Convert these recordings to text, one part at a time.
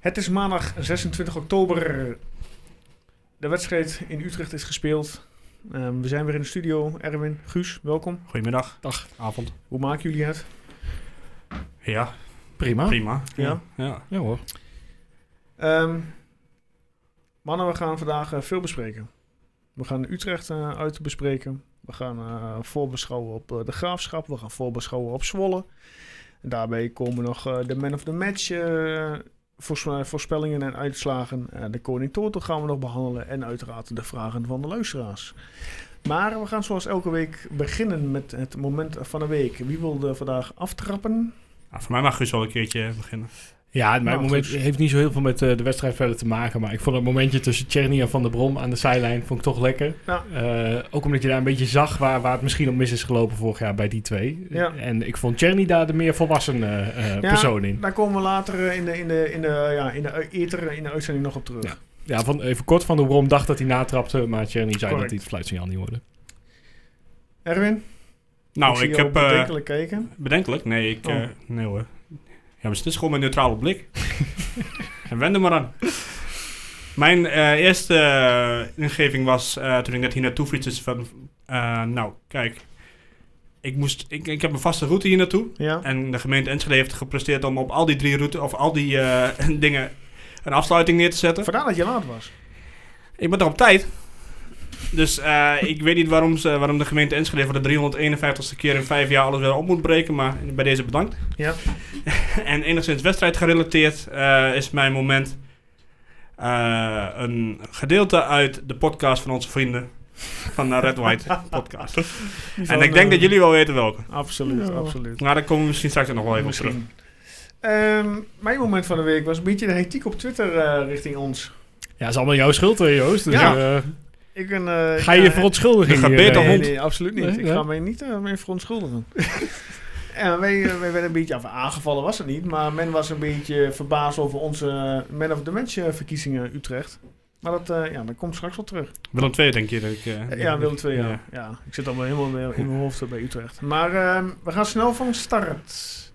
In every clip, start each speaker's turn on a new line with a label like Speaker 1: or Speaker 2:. Speaker 1: Het is maandag 26 oktober. De wedstrijd in Utrecht is gespeeld. Ehm, we zijn weer in de studio. Erwin, Guus, welkom.
Speaker 2: Goedemiddag.
Speaker 3: Dag.
Speaker 2: Avond.
Speaker 1: Hoe maken jullie het?
Speaker 2: Ja,
Speaker 3: Prima.
Speaker 2: prima.
Speaker 1: Ja.
Speaker 2: ja.
Speaker 3: Ja hoor.
Speaker 1: Ehm, mannen, we gaan vandaag eh, veel bespreken. We gaan Utrecht eh, uit bespreken. We gaan eh, voorbeschouwen op eh, de Graafschap. We gaan voorbeschouwen op Zwolle. En daarbij komen nog eh, de Man of the Match eh, voors- eh, voorspellingen en uitslagen. Eh, de Koning Totel gaan we nog behandelen. En uiteraard de vragen van de luisteraars. Maar we gaan zoals elke week beginnen met het moment van de week. Wie wilde vandaag aftrappen?
Speaker 2: Nou, voor mij mag Guus al een keertje beginnen.
Speaker 3: Ja, maar
Speaker 1: Nou,
Speaker 3: het moment
Speaker 1: dus-
Speaker 3: heeft niet zo heel veel met eh, de wedstrijd verder te maken. Maar ik vond het momentje tussen Tjerni en Van der Brom aan de zijlijn vond ik toch lekker.
Speaker 1: Ja.
Speaker 3: Eh, ook omdat je daar een beetje zag waar, waar het misschien op mis is gelopen vorig jaar bij die twee.
Speaker 1: Ja.
Speaker 3: En ik vond Tjerni daar de meer volwassen eh, eh,
Speaker 1: Ja.
Speaker 3: persoon in.
Speaker 1: Daar komen we later eh, in de, in de, in de, ja, in de, ether, in de uitzending nog op terug.
Speaker 3: Ja. Ja, van, even kort, Van der Brom dacht dat hij natrapte, maar Tjerni zei
Speaker 1: Correct.
Speaker 3: dat hij het fluitsignaal niet hoorde.
Speaker 1: Erwin?
Speaker 2: Nou,
Speaker 1: zie
Speaker 2: ik,
Speaker 1: jou
Speaker 2: heb... eh,
Speaker 1: bedenkelijk kijken.
Speaker 2: bedenkelijk? Nee, ik...
Speaker 1: Oh.
Speaker 2: eh, nee hoor. Ja, maar het is gewoon mijn neutrale blik. en wend er maar aan. Mijn eh, eerste eh, ingeving was eh, toen ik net hier naartoe fietste van... eh, nou, kijk. Ik, moest, ik, ik heb een vaste route hier naartoe.
Speaker 1: Ja.
Speaker 2: En de gemeente Enschede heeft gepresteerd om op al die drie routes... of al die eh, dingen een afsluiting neer te zetten.
Speaker 1: Vandaar dat je laat was.
Speaker 2: Ik ben er op tijd. Dus eh, ik weet niet waarom, ze, waarom de gemeente Enschede voor de 351ste keer in vijf jaar alles weer op moet breken, maar bij deze bedankt.
Speaker 1: Ja.
Speaker 2: en enigszins wedstrijd gerelateerd eh, is mijn moment eh, een gedeelte uit de podcast van onze vrienden van de Red White podcast. en ik
Speaker 1: nou.
Speaker 2: denk dat jullie wel weten welke.
Speaker 1: Absoluut,
Speaker 3: Ja.
Speaker 1: absoluut.
Speaker 2: Maar daar komen we misschien straks nog wel even op terug.
Speaker 1: Misschien. Ehm, mijn moment van de week was een beetje de hectiek op Twitter eh, richting ons.
Speaker 3: Ja, is allemaal jouw schuld, hè, Joost. Dus,
Speaker 1: Ja.
Speaker 3: eh,
Speaker 1: Ik ben, eh,
Speaker 3: ga je je
Speaker 1: eh,
Speaker 3: verontschuldiging
Speaker 2: de
Speaker 3: hier,
Speaker 2: gebeten
Speaker 3: eh,
Speaker 1: Nee,
Speaker 2: hond?
Speaker 1: nee, absoluut niet.
Speaker 3: Nee,
Speaker 1: ik
Speaker 3: nee.
Speaker 1: ga mij niet eh, mee verontschuldigen. en wij, eh, wij werden een beetje af, aangevallen, was het niet. Maar men was een beetje verbaasd over onze eh, Man of the Match eh, verkiezingen Utrecht. Maar dat, eh, ja, dat komt straks wel terug.
Speaker 2: Willem 2 denk je dat ik... eh,
Speaker 1: Ja, Willem II, ja.
Speaker 2: Ja.
Speaker 1: ja. Ik zit allemaal helemaal weer in mijn hoofd bij Utrecht. Maar ehm, we gaan snel van start.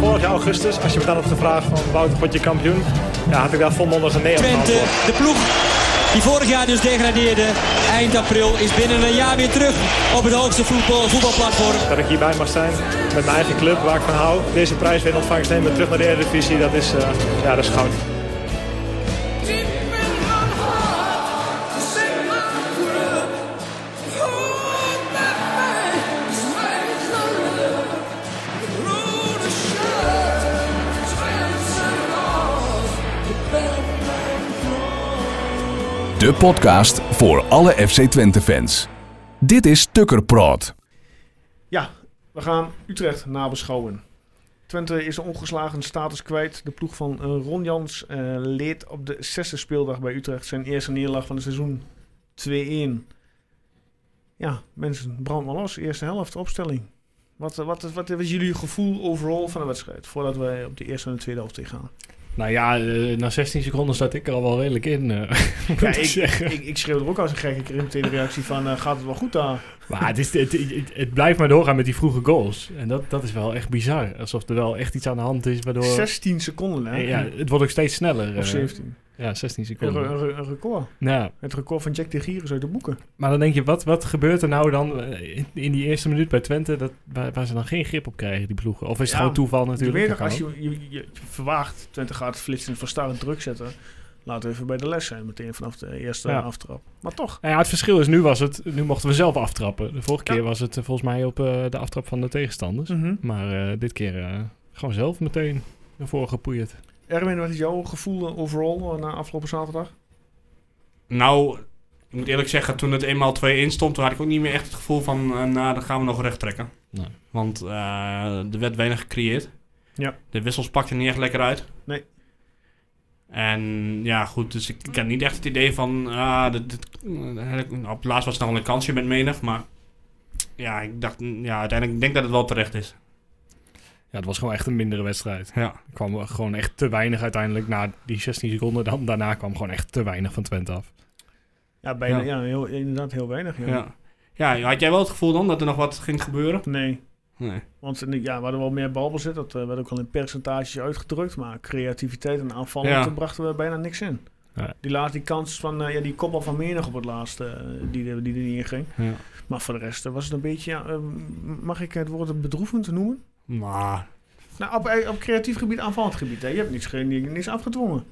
Speaker 4: Vorig jaar augustus, als je me dan op de vraag van Wouter, word je kampioen? Ja, had ik daar volmondig een nee op
Speaker 5: Twente,
Speaker 4: geantwoord.
Speaker 5: de ploeg die vorig jaar dus degradeerde, eind april is binnen een jaar weer terug op het hoogste voetbal, voetbalplatform.
Speaker 4: Dat ik hierbij mag zijn met mijn eigen club, waar ik van hou. Deze prijs weer in ontvangst nemen, terug naar de Eredivisie, dat is, eh, ja, dat is goud.
Speaker 6: De podcast voor alle FC Twente fans. Dit is Tukker Praat.
Speaker 1: Ja, we gaan Utrecht nabeschouwen. Twente is de ongeslagen status kwijt. De ploeg van eh, Ron Jans eh, leed op de zesde speeldag bij Utrecht zijn eerste nederlaag van het seizoen 2-1. Ja, mensen, brand maar los. Eerste helft, opstelling. Wat, eh, wat, is- wat was jullie gevoel overal van de wedstrijd? Voordat wij op de eerste en de tweede helft ingaan.
Speaker 3: Nou ja, eh, na 16 seconden staat ik er al wel redelijk in, eh, moet
Speaker 1: Ja,
Speaker 3: ik zeggen.
Speaker 1: ik, ik, ik schreeuw er ook als een gek. Ik kreeg meteen de reactie van, eh, gaat het wel goed daar?
Speaker 3: Maar het, is, het, het, het blijft maar doorgaan met die vroege goals. En dat, dat is wel echt bizar. Alsof er wel echt iets aan de hand is waardoor...
Speaker 1: 16 seconden, hè?
Speaker 3: Eh, ja, het wordt ook steeds sneller.
Speaker 1: of
Speaker 3: eh.
Speaker 1: 17.
Speaker 3: ja, 16
Speaker 1: Een,
Speaker 3: seconden.
Speaker 1: een, een record.
Speaker 3: nou,
Speaker 1: Het record van Jack de Gier is uit de boeken.
Speaker 3: maar dan denk je, wat, wat gebeurt er nou dan eh, in, in die eerste minuut bij Twente... Dat, waar, waar ze dan geen grip op krijgen, die ploegen? Of is het
Speaker 1: Ja,
Speaker 3: gewoon toeval natuurlijk?
Speaker 1: je weet
Speaker 3: Dat
Speaker 1: nog, als
Speaker 3: kan ook.
Speaker 1: je, je, je verwaagt, Twente gaat flitsend van start en druk zetten. Laten we even bij de les zijn, meteen vanaf de eerste
Speaker 3: Ja.
Speaker 1: aftrap. Maar toch,
Speaker 3: Nou ja, het verschil is, nu, was het, nu mochten we zelf aftrappen. De vorige
Speaker 1: Ja. Mhm.
Speaker 3: keer was het eh, volgens mij op eh, de aftrap van de tegenstanders. Maar eh, dit keer eh, gewoon zelf meteen naar voren gepoeierd.
Speaker 1: Erwin, wat is jouw gevoel eh, overall eh, na afgelopen zaterdag?
Speaker 2: Nou, ik moet eerlijk zeggen, toen het eenmaal 2-1 stond, toen had ik ook niet meer echt het gevoel van, eh, nou, dan gaan we nog recht trekken.
Speaker 3: Nee.
Speaker 2: Want eh, er werd weinig gecreëerd.
Speaker 1: Ja.
Speaker 2: De wissels pakten niet echt lekker uit.
Speaker 1: Nee.
Speaker 2: En ja, goed, dus ik, ik had niet echt het idee van, ah, dit, dit- eh, op het laatst was het nog wel een kansje met menig, maar ja, ik dacht, mm, ja, uiteindelijk denk ik dat het wel terecht is.
Speaker 3: Ja, het was gewoon echt een mindere wedstrijd.
Speaker 2: Ja.
Speaker 3: Er kwam gewoon echt te weinig uiteindelijk na die 16 seconden. Dan, daarna kwam gewoon echt te weinig van Twente af.
Speaker 1: Ja, bijna, ja.
Speaker 2: Ja.
Speaker 1: heel, inderdaad heel weinig. Ja.
Speaker 2: Ja. ja, had jij wel het gevoel dan dat er nog wat ging gebeuren?
Speaker 1: Nee,
Speaker 2: Nee.
Speaker 1: Want eh, ja, we hadden wel meer balbezit. Dat eh, werd ook al in percentages uitgedrukt. Maar creativiteit en aanvallen,
Speaker 2: Ja.
Speaker 1: daar brachten we bijna niks in.
Speaker 3: Ja.
Speaker 1: Die laatste die kans van eh, ja, die kopbal van meer nog op het laatste, eh, die, er- die er niet in ging.
Speaker 2: Ja.
Speaker 1: Maar voor de rest eh, was het een beetje, ja, eh, mag ik het woord bedroevend noemen?
Speaker 2: Maar
Speaker 1: Nou, op, eh, op creatief gebied, aanvallend gebied. Hè. Je hebt niets, geen- niks afgedwongen.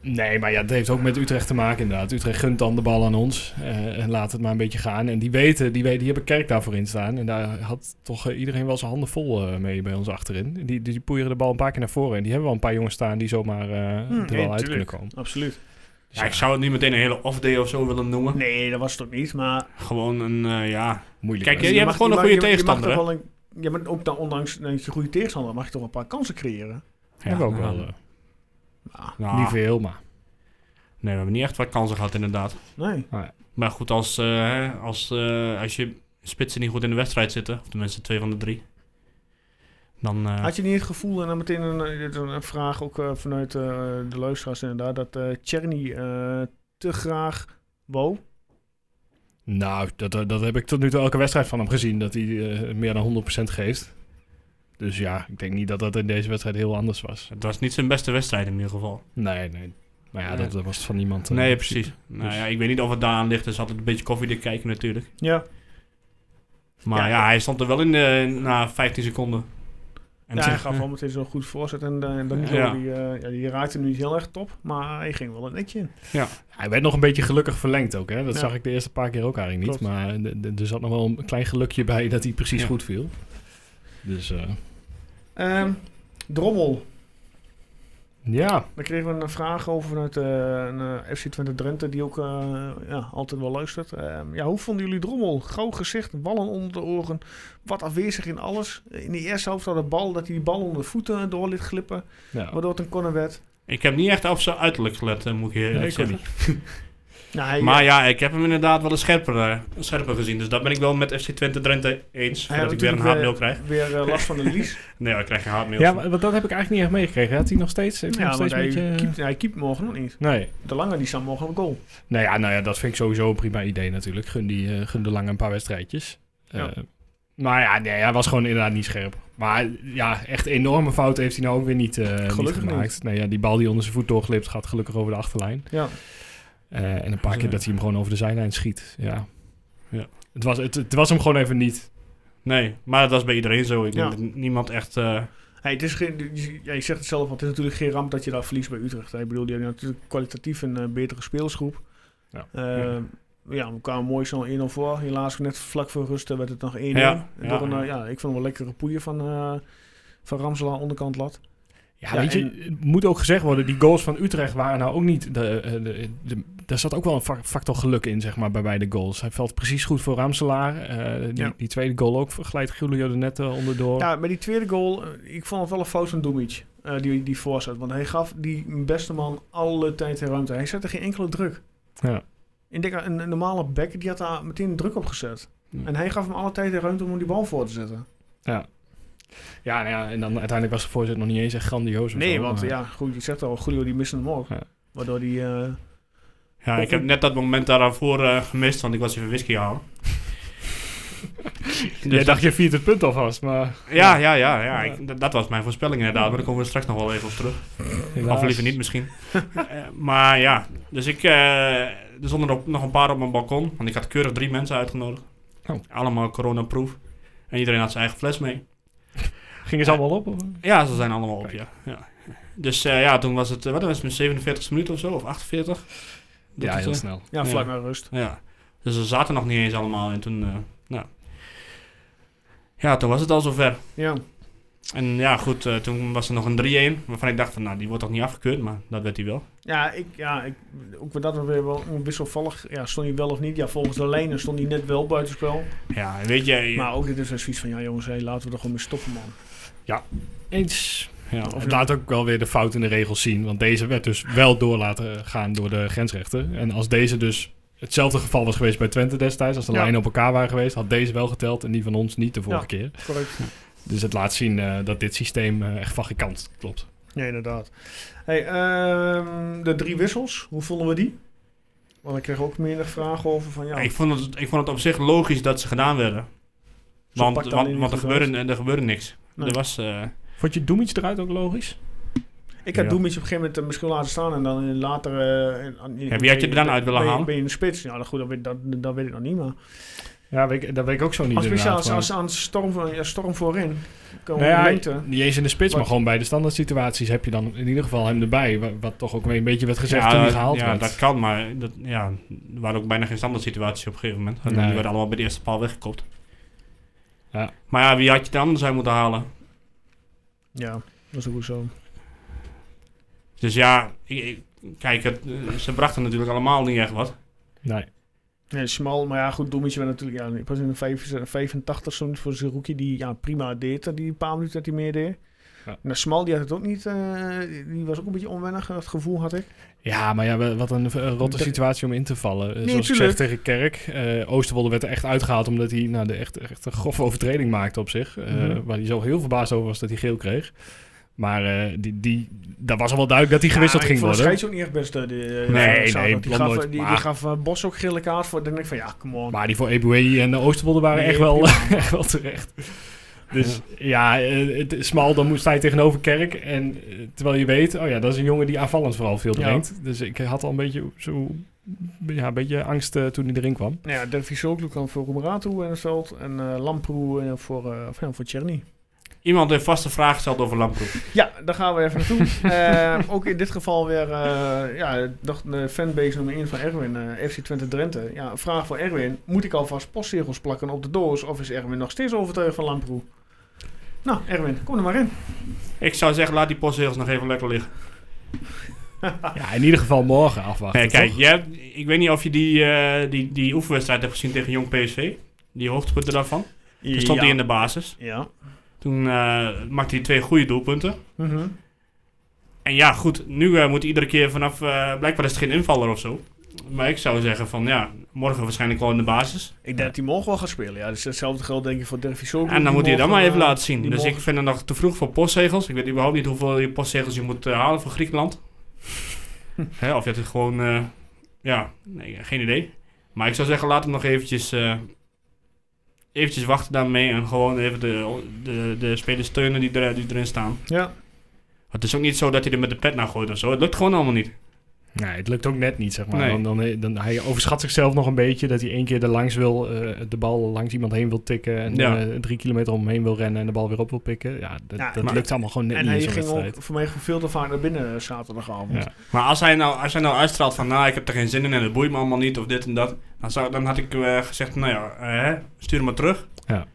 Speaker 3: Nee, maar ja, dat heeft ook met Utrecht te maken inderdaad. Utrecht gunt dan de bal aan ons eh, en laat het maar een beetje gaan. En die weten, die, weten, die hebben Kerk daarvoor in staan. En daar had toch eh, iedereen wel zijn handen vol eh, mee bij ons achterin. Die, die, die poeieren de bal een paar keer naar voren. En die hebben wel een paar jongens staan die zomaar eh
Speaker 1: Hmm,
Speaker 3: er wel
Speaker 1: nee,
Speaker 3: uit kunnen
Speaker 1: tuurlijk.
Speaker 3: komen.
Speaker 1: Absoluut.
Speaker 2: ja, ik zou het niet meteen een hele off day of zo willen noemen.
Speaker 1: Nee, dat was het ook niet. Maar
Speaker 2: Gewoon een, eh, ja.
Speaker 3: Moeilijk.
Speaker 2: Kijk,
Speaker 3: hè?
Speaker 2: je- hebt gewoon een
Speaker 1: mag-
Speaker 2: goede
Speaker 1: je- je mag
Speaker 2: tegenstander,
Speaker 1: toch wel een- Ja, maar ook dan, ondanks dat je een goede tegenstander mag je toch een paar kansen creëren.
Speaker 3: We hebben ook
Speaker 2: nou,
Speaker 3: wel. eh,
Speaker 2: nou,
Speaker 3: Niet veel, maar.
Speaker 2: Nee, we hebben niet echt wat kansen gehad inderdaad.
Speaker 1: Nee.
Speaker 2: Maar goed, als, eh, hè, als, eh, als je spitsen niet goed in de wedstrijd zitten, of tenminste twee van de drie, dan... eh,
Speaker 1: Had je niet het gevoel, en dan meteen een, eh, een, een vraag ook eh, vanuit eh, de luisteraars inderdaad, dat eh Tjerny eh, te graag wou?
Speaker 3: Nou, dat, dat dat heb ik tot nu toe elke wedstrijd van hem gezien. Dat hij eh, meer dan 100% geeft. Dus ja, ik denk niet dat dat in deze wedstrijd heel anders was.
Speaker 2: Het was niet zijn beste wedstrijd in ieder geval.
Speaker 3: Nee, nee. Maar ja,
Speaker 2: Nee.
Speaker 3: dat, dat was van niemand. eh,
Speaker 2: Nee, precies. Nou
Speaker 3: Dus-
Speaker 2: ja, ik weet niet of het daaraan ligt. Er zat een beetje koffie te kijken natuurlijk.
Speaker 1: Ja.
Speaker 2: Maar
Speaker 1: Ja.
Speaker 2: ja, hij stond er wel in eh, na 15 seconden. En
Speaker 1: ja,
Speaker 2: toen-
Speaker 1: hij gaf wel meteen zo'n goed voorzet. En, eh, en Danilo,
Speaker 2: Ja.
Speaker 1: die, eh, ja, die raakte nu niet heel erg top, maar hij ging wel een netje in.
Speaker 3: Hij werd nog een beetje gelukkig verlengd ook. Hè? Dat
Speaker 1: Ja.
Speaker 3: zag ik de eerste paar keer ook eigenlijk niet.
Speaker 1: Klopt.
Speaker 3: Maar de- de- er zat nog wel een klein gelukje bij dat hij precies
Speaker 2: Ja.
Speaker 3: goed viel. Dus eh,
Speaker 1: Ehm, Drommel,
Speaker 3: ja,
Speaker 1: daar kregen we een vraag over vanuit eh, een eh, FC Twente Drenthe, die ook eh, ja, altijd wel luistert. Ehm, ja, hoe vonden jullie Drommel? Gauw gezicht, ballen onder de oren, wat afwezig in alles. In de eerste helft had de bal, dat hij die bal onder de voeten eh, door liet glippen,
Speaker 3: ja.
Speaker 1: waardoor het een corner werd.
Speaker 2: Ik heb niet echt op zijn uiterlijk gelet, eh, moet ik eerlijk
Speaker 3: Nee, ik ook
Speaker 2: zeggen.
Speaker 1: Nou, hij,
Speaker 2: Maar ja, ik heb hem inderdaad wel een scherper, eh, een scherper gezien. Dus dat ben ik wel met FC Twente Drenthe eens.
Speaker 1: hij
Speaker 2: dat
Speaker 1: had
Speaker 2: ik weer een
Speaker 1: natuurlijk,
Speaker 2: haatmail
Speaker 1: eh,
Speaker 2: krijg.
Speaker 1: Weer eh, last van de lies.
Speaker 2: Nee, ik krijg geen Dus- haatmail.
Speaker 3: ja, maar- want dat heb ik eigenlijk niet echt meegekregen. Had hij nog steeds? Heeft hij
Speaker 1: ja,
Speaker 3: nog
Speaker 1: want
Speaker 3: steeds
Speaker 1: hij,
Speaker 3: een beetje...
Speaker 1: keept, hij keept morgen nog niet.
Speaker 3: Nee.
Speaker 1: De lange die staan morgen op goal.
Speaker 3: Nou ja, nou ja, dat vind ik sowieso een prima idee natuurlijk. Gun, die, eh, gun de lange een paar wedstrijdjes.
Speaker 1: Ja.
Speaker 3: Eh, maar ja, nee, hij was gewoon inderdaad niet scherp. Maar ja, echt enorme fouten heeft hij nou ook weer niet, eh, niet
Speaker 1: Gelukkig
Speaker 3: gemaakt.
Speaker 1: niet.
Speaker 3: Nee, ja, die bal die onder zijn voet doorglipt gaat gelukkig over de achterlijn.
Speaker 1: Ja.
Speaker 3: Eh, en een paar
Speaker 2: Dus,
Speaker 3: keer
Speaker 2: eh,
Speaker 3: dat hij hem gewoon over de zijlijn schiet. Ja.
Speaker 2: Ja.
Speaker 3: Het, was, het, het was hem gewoon even niet.
Speaker 2: Nee, maar dat was bij iedereen zo. Ik
Speaker 1: Ja.
Speaker 2: denk dat niemand echt... eh,
Speaker 1: Hey, het is geen, je- je zegt het zelf, want het is natuurlijk geen ramp dat je daar verliest bij Utrecht. hè. Ik bedoel, die hebben natuurlijk kwalitatief een eh, betere speelsgroep.
Speaker 3: Ja.
Speaker 1: Eh, ja. we kwamen mooi snel 1-0 voor. Helaas net vlak voor rust eh, werd het nog 1-0.
Speaker 2: Ja,
Speaker 1: En
Speaker 2: ja.
Speaker 1: door een, eh, ja, ik vond hem wel lekkere poeien van, eh van Ramselaar onderkant lat.
Speaker 3: Ja,
Speaker 1: Ja,
Speaker 3: weet je,
Speaker 1: en-
Speaker 3: het moet ook gezegd worden, die goals van Utrecht waren nou ook niet... De, eh, de, de- daar zat ook wel een fa- factor geluk in, zeg maar, bij beide goals. Hij valt precies goed voor Ramselaar. Eh, die,
Speaker 1: Ja.
Speaker 3: die tweede goal ook glijdt Julio de net eh, onderdoor.
Speaker 1: Ja, bij die tweede goal, eh, ik vond het wel een fout van Dumic, eh, die, die voorzet. Want hij gaf die beste man alle tijd en ruimte. Hij zette geen enkele druk.
Speaker 3: Ja.
Speaker 1: Ik denk, een, een normale back, die had daar meteen druk op gezet.
Speaker 2: Ja.
Speaker 1: En hij gaf hem alle tijd en ruimte om die bal voor te zetten.
Speaker 3: Ja, nou ja, en dan uiteindelijk was de voorzet nog niet eens echt grandioos. of
Speaker 1: Nee,
Speaker 3: zo,
Speaker 1: want
Speaker 3: maar-
Speaker 1: ja, goed, je zegt al, Julio die misten hem ook.
Speaker 3: Ja.
Speaker 1: Waardoor die... eh,
Speaker 2: ja, ik heb net dat moment daarvoor eh, gemist, want ik was even whisky halen.
Speaker 3: Jij
Speaker 1: dus
Speaker 3: dacht, je viert het punt alvast, maar...
Speaker 2: Ja, ja, ja. ja. Ik- dat- dat was mijn voorspelling inderdaad, maar daar komen we straks nog wel even op terug.
Speaker 3: helaas.
Speaker 2: Of liever niet misschien. Eh, maar ja, dus ik... eh, er stonden nog- nog een paar op mijn balkon. Want ik had keurig drie mensen uitgenodigd.
Speaker 3: Oh.
Speaker 2: Allemaal coronaproof. En iedereen had zijn eigen fles mee.
Speaker 3: Gingen ze allemaal op? of?
Speaker 2: Ja, ze zijn allemaal op, ja. ja. Dus eh, ja, toen was het... eh, wat was het? 47 minuten of zo? Of 48? Dat
Speaker 3: Ja,
Speaker 2: is,
Speaker 3: heel
Speaker 2: eh,
Speaker 3: snel.
Speaker 1: ja, vlak
Speaker 2: Ja.
Speaker 1: naar rust.
Speaker 2: Ja. Dus ze zaten nog niet eens allemaal. En toen... eh, nou. Ja, toen was het al zover.
Speaker 1: Ja,
Speaker 2: En ja, goed. eh, toen was er nog een 3-1. Waarvan ik dacht van... Nou, die wordt toch niet afgekeurd? Maar dat werd hij wel.
Speaker 1: ja, ik, ja ik, ook met dat was weer wel een wisselvallig. Ja, stond hij wel of niet? Ja, volgens de lijnen stond hij net wel buitenspel.
Speaker 2: Ja, weet je... eh,
Speaker 1: Maar ook dit is een zoiets van, ja jongens, hé, laten we er gewoon mee stoppen, man.
Speaker 3: Eens.
Speaker 2: ja.
Speaker 3: Het laat ook wel weer de fout in de regels zien. Want deze werd dus wel door laten gaan door de grensrechter. En als deze dus hetzelfde geval was geweest bij Twente destijds... als de
Speaker 1: Ja.
Speaker 3: lijnen op elkaar waren geweest... had deze wel geteld en die van ons niet de vorige
Speaker 1: Ja.
Speaker 3: keer.
Speaker 1: Correct.
Speaker 3: Dus het laat zien eh, dat dit systeem eh, echt van geen kant klopt.
Speaker 1: Ja, inderdaad. Hey, ehm, de drie wissels, hoe vonden we die? Want ik kreeg ook meerdere vragen over van, ja,
Speaker 2: Ik, vond het, ik vond het op zich logisch dat ze gedaan werden. Want,
Speaker 1: pakt
Speaker 2: want,
Speaker 1: alleen
Speaker 2: want er,
Speaker 1: niet goed
Speaker 2: gebeurde, er gebeurde niks.
Speaker 1: Nee.
Speaker 2: Er was... eh,
Speaker 3: Vond je Doemits eruit ook logisch?
Speaker 1: Ik had
Speaker 3: Ja.
Speaker 1: Doemits op een gegeven moment eh, misschien laten staan en dan in later... eh, in- in-
Speaker 2: Ja, wie had je er dan uit willen
Speaker 1: ben je-
Speaker 2: halen?
Speaker 1: Ben je in de spits? Ja, dan goed, dat weet, dat, dat weet ik nog niet, maar...
Speaker 3: Ja, weet ik, dat weet ik ook zo niet
Speaker 1: Als we
Speaker 3: inderdaad,
Speaker 1: zelfs
Speaker 3: maar-
Speaker 1: als aan storm, van- ja, storm voorin komen
Speaker 3: Nou ja,
Speaker 1: lengte.
Speaker 3: niet eens in de spits,
Speaker 1: Wat-
Speaker 3: maar gewoon bij de standaard situaties heb je dan in ieder geval hem erbij. wa- Wat, toch ook weer een beetje werd gezegd toen
Speaker 2: ja,
Speaker 3: hij
Speaker 2: dat-
Speaker 3: gehaald
Speaker 2: ja,
Speaker 3: werd.
Speaker 2: dat kan, maar dat, ja, er waren ook bijna geen standaard situaties op een gegeven moment. En
Speaker 3: Nee.
Speaker 2: Die werden allemaal bij de eerste paal weggekopt.
Speaker 3: Ja.
Speaker 2: Maar ja, wie had je er anders uit moeten halen?
Speaker 1: Ja, dat is ook goed zo.
Speaker 2: Dus ja, ik- ik- kijk, het, eh, ze brachten natuurlijk allemaal niet echt wat.
Speaker 3: Nee.
Speaker 1: Nee, smal, maar ja, goed, Doemetje werd natuurlijk... Ja, pas in de vijf- 85 zo'n voor zijn rookie die ja, prima deed, dat die een paar minuten dat hij meer deed.
Speaker 3: Ja.
Speaker 1: Nou, Smal, die had het ook niet. eh, die- die was ook een beetje onwennig, eh, dat gevoel had ik.
Speaker 3: Ja, maar ja, wat een eh, rotte situatie om in te vallen. Eh, Zoals ik zeg
Speaker 1: tuurlijk.
Speaker 3: tegen Kerk, eh, Oosterwolde werd er echt uitgehaald omdat hij nou, de echt, echt een grove overtreding maakte op zich. eh,
Speaker 1: Mhm.
Speaker 3: Waar hij zo heel verbaasd over was dat hij geel kreeg. Maar eh, die, die, daar was al wel duidelijk dat hij
Speaker 1: Ja,
Speaker 3: gewisseld
Speaker 1: ik
Speaker 3: ging
Speaker 1: vond
Speaker 3: worden.
Speaker 1: het scheids ook niet echt best. eh, de- eh,
Speaker 3: Nee,
Speaker 1: zaterdag.
Speaker 3: nee,
Speaker 1: die
Speaker 3: Blom
Speaker 1: gaf,
Speaker 3: nooit,
Speaker 1: eh, die, die
Speaker 3: maar-
Speaker 1: gaf eh, Bos ook gele kaart voor. Dan denk ik van, ja, come on.
Speaker 3: Maar die voor Ebuei en eh, Oosterwolde waren
Speaker 1: Nee,
Speaker 3: echt, wel,
Speaker 1: prima.
Speaker 3: echt wel terecht. Dus ja, eh, het is smal, dan moet- sta je tegenover Kerk. En eh, terwijl je weet, oh ja, dat is een jongen die aanvallend vooral veel
Speaker 1: Ja.
Speaker 3: brengt. Dus ik had al een beetje, zo, ja, een beetje angst eh, toen hij erin kwam.
Speaker 1: Nou ja, Dervis Soklu kwam voor Roemerato in het veld. En eh Lamproe eh, voor, eh of ja, voor Tjerni.
Speaker 2: Iemand heeft vast een vraag gesteld over Lamproef.
Speaker 1: Ja, daar gaan we even naartoe. Eh, ook in dit geval weer eh, ja, dacht de fanbase nummer 1 van Erwin, eh, FC Twente Drenthe. Ja, een vraag voor Erwin. Moet ik alvast postzegels plakken op de doos of is Erwin nog steeds overtuigd van Lamproe? Nou, Erwin, kom er maar in.
Speaker 2: Ik zou zeggen, laat die postzegels nog even lekker liggen.
Speaker 3: Ja, in ieder geval morgen afwachten.
Speaker 2: Nee, kijk,
Speaker 3: toch?
Speaker 2: jij hebt- ik weet niet of je die, eh, die, die oefenwedstrijd hebt gezien tegen Jong PSV. Die hoogtepunten daarvan. Toen stond hij in de basis.
Speaker 1: Ja.
Speaker 2: Toen eh, maakte hij twee goede doelpunten.
Speaker 1: Mhm.
Speaker 2: En ja, goed, nu eh, moet iedere keer vanaf... eh, blijkbaar is het geen invaller of zo. Maar ik zou zeggen van, ja, morgen waarschijnlijk wel in de basis.
Speaker 1: Ik denk dat hij morgen wel gaat spelen. Ja, dus hetzelfde geldt denk ik voor Dervis Soklu.
Speaker 2: En dan moet hij dat maar even laten zien.
Speaker 1: eh, die
Speaker 2: Dus ik
Speaker 1: morgen-
Speaker 2: vind het nog te vroeg voor postzegels. Ik weet überhaupt niet hoeveel je postzegels je moet eh, halen voor Griekenland. Hè, of je hebt het gewoon... eh, ja, nee, geen idee. Maar ik zou zeggen, laat hem nog eventjes... eh, eventjes wachten daarmee. En gewoon even de, de, de spelers steunen die, er, die erin staan.
Speaker 1: Ja.
Speaker 2: Het is ook niet zo dat hij er met de pet naar gooit of zo. Het lukt gewoon allemaal niet.
Speaker 3: Nee, het lukt ook net niet, zeg maar.
Speaker 2: Nee.
Speaker 3: Dan, dan, dan, hij overschat zichzelf nog een beetje dat hij één keer er langs wil, eh, de bal langs iemand heen wil tikken en
Speaker 2: Ja.
Speaker 3: eh, drie kilometer omheen wil rennen en de bal weer op wil pikken. Ja, dat,
Speaker 1: Ja,
Speaker 3: dat
Speaker 1: maar-
Speaker 3: lukt allemaal gewoon net
Speaker 1: En
Speaker 3: niet in
Speaker 1: hij
Speaker 3: zo'n
Speaker 1: ging
Speaker 3: wedstrijd.
Speaker 1: ook voor mij veel te vaak naar binnen zaterdagavond.
Speaker 3: Ja.
Speaker 2: Maar als hij nou, als hij nou uitstraalt van, nou, ik heb er geen zin in en het boeit me allemaal niet of dit en dat, dan, zou, dan had ik eh, gezegd, nou ja, eh, hè, stuur hem maar terug.
Speaker 3: Ja.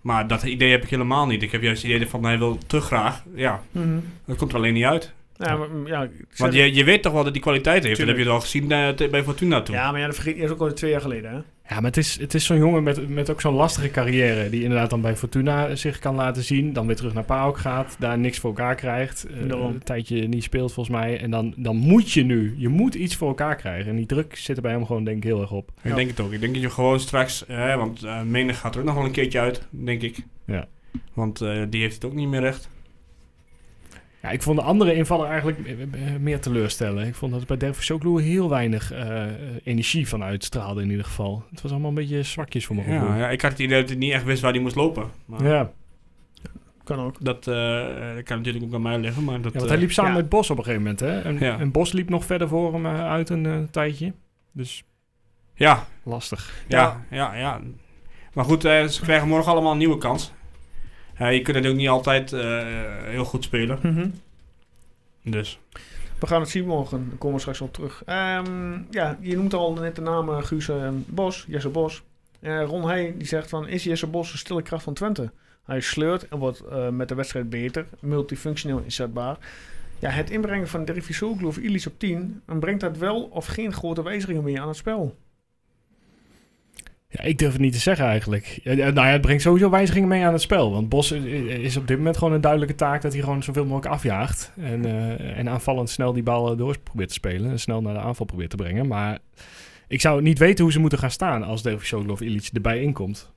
Speaker 2: Maar dat idee heb ik helemaal niet. Ik heb juist het idee van, hij wil te graag. Ja,
Speaker 1: Mhm.
Speaker 2: dat komt er alleen niet uit.
Speaker 1: Ja, maar, mm, ja,
Speaker 2: Want
Speaker 1: zeg-
Speaker 2: je, je weet toch wel dat hij kwaliteit heeft. Dat heb
Speaker 1: Tuurlijk.
Speaker 2: je het al gezien eh, te- bij Fortuna toen.
Speaker 1: ja, maar ja, dat vergeet je ook al twee jaar geleden, hè?
Speaker 3: Ja, maar het is, het is zo'n jongen met, met ook zo'n lastige carrière die inderdaad dan bij Fortuna zich kan laten zien, dan weer terug naar PAOK gaat, daar niks voor elkaar krijgt, eh,
Speaker 1: Daarom.
Speaker 3: een tijdje niet speelt volgens mij en dan, dan moet je nu, je moet iets voor elkaar krijgen en die druk zit er bij hem gewoon denk ik heel erg op.
Speaker 2: Ik denk het ook. Ik denk dat je gewoon straks, eh, want eh Menig gaat er ook nog wel een keertje uit, denk ik.
Speaker 3: Ja.
Speaker 2: Want eh, die heeft het ook niet meer recht.
Speaker 3: Ja, ik vond de andere invaller eigenlijk eh, eh, meer teleurstellen. Ik vond dat het bij Dervis Sokloer heel weinig eh, eh, energie van uitstraalde in ieder geval. Het was allemaal een beetje zwakjes voor mijn gevoel.
Speaker 2: Ja, ja, ik had het idee dat hij niet echt wist waar hij moest lopen. Maar
Speaker 3: Ja.
Speaker 1: Kan ook.
Speaker 2: dat, eh, eh, dat kan natuurlijk ook aan mij liggen. Maar dat,
Speaker 3: Ja, want
Speaker 2: eh,
Speaker 3: hij liep samen
Speaker 1: ja.
Speaker 3: met Bos op een gegeven moment. Hè? En,
Speaker 2: Ja.
Speaker 3: en Bos liep nog verder voor hem eh, uit een eh, tijdje. Dus
Speaker 2: ja,
Speaker 3: lastig.
Speaker 2: Ja, ja, ja. Maar goed, eh, ze krijgen morgen allemaal een nieuwe kans. Eh, je kunt natuurlijk niet altijd eh, heel goed spelen.
Speaker 1: Mhm.
Speaker 2: Dus.
Speaker 1: We gaan het zien morgen. Daar komen we straks op terug. Ehm, ja, je noemt al net de namen Guus eh, Bos, Jesse Bos. Eh, Ron Heij die zegt van, is Jesse Bos de stille kracht van Twente? Hij sleurt en wordt eh, met de wedstrijd beter, multifunctioneel inzetbaar. Ja, het inbrengen van Dervis Soglu of Ilis op 10, dan brengt dat wel of geen grote wijzigingen meer aan het spel.
Speaker 3: Ja, ik durf het niet te zeggen eigenlijk. Ja, ja, nou ja, het brengt sowieso wijzigingen mee aan het spel. Want Bos eh, is op dit moment gewoon een duidelijke taak dat hij gewoon zoveel mogelijk afjaagt. En, eh, en aanvallend snel die bal eh, door probeert te spelen. En snel naar de aanval probeert te brengen. Maar ik zou niet weten hoe ze moeten gaan staan als David Sokol of Illich erbij inkomt.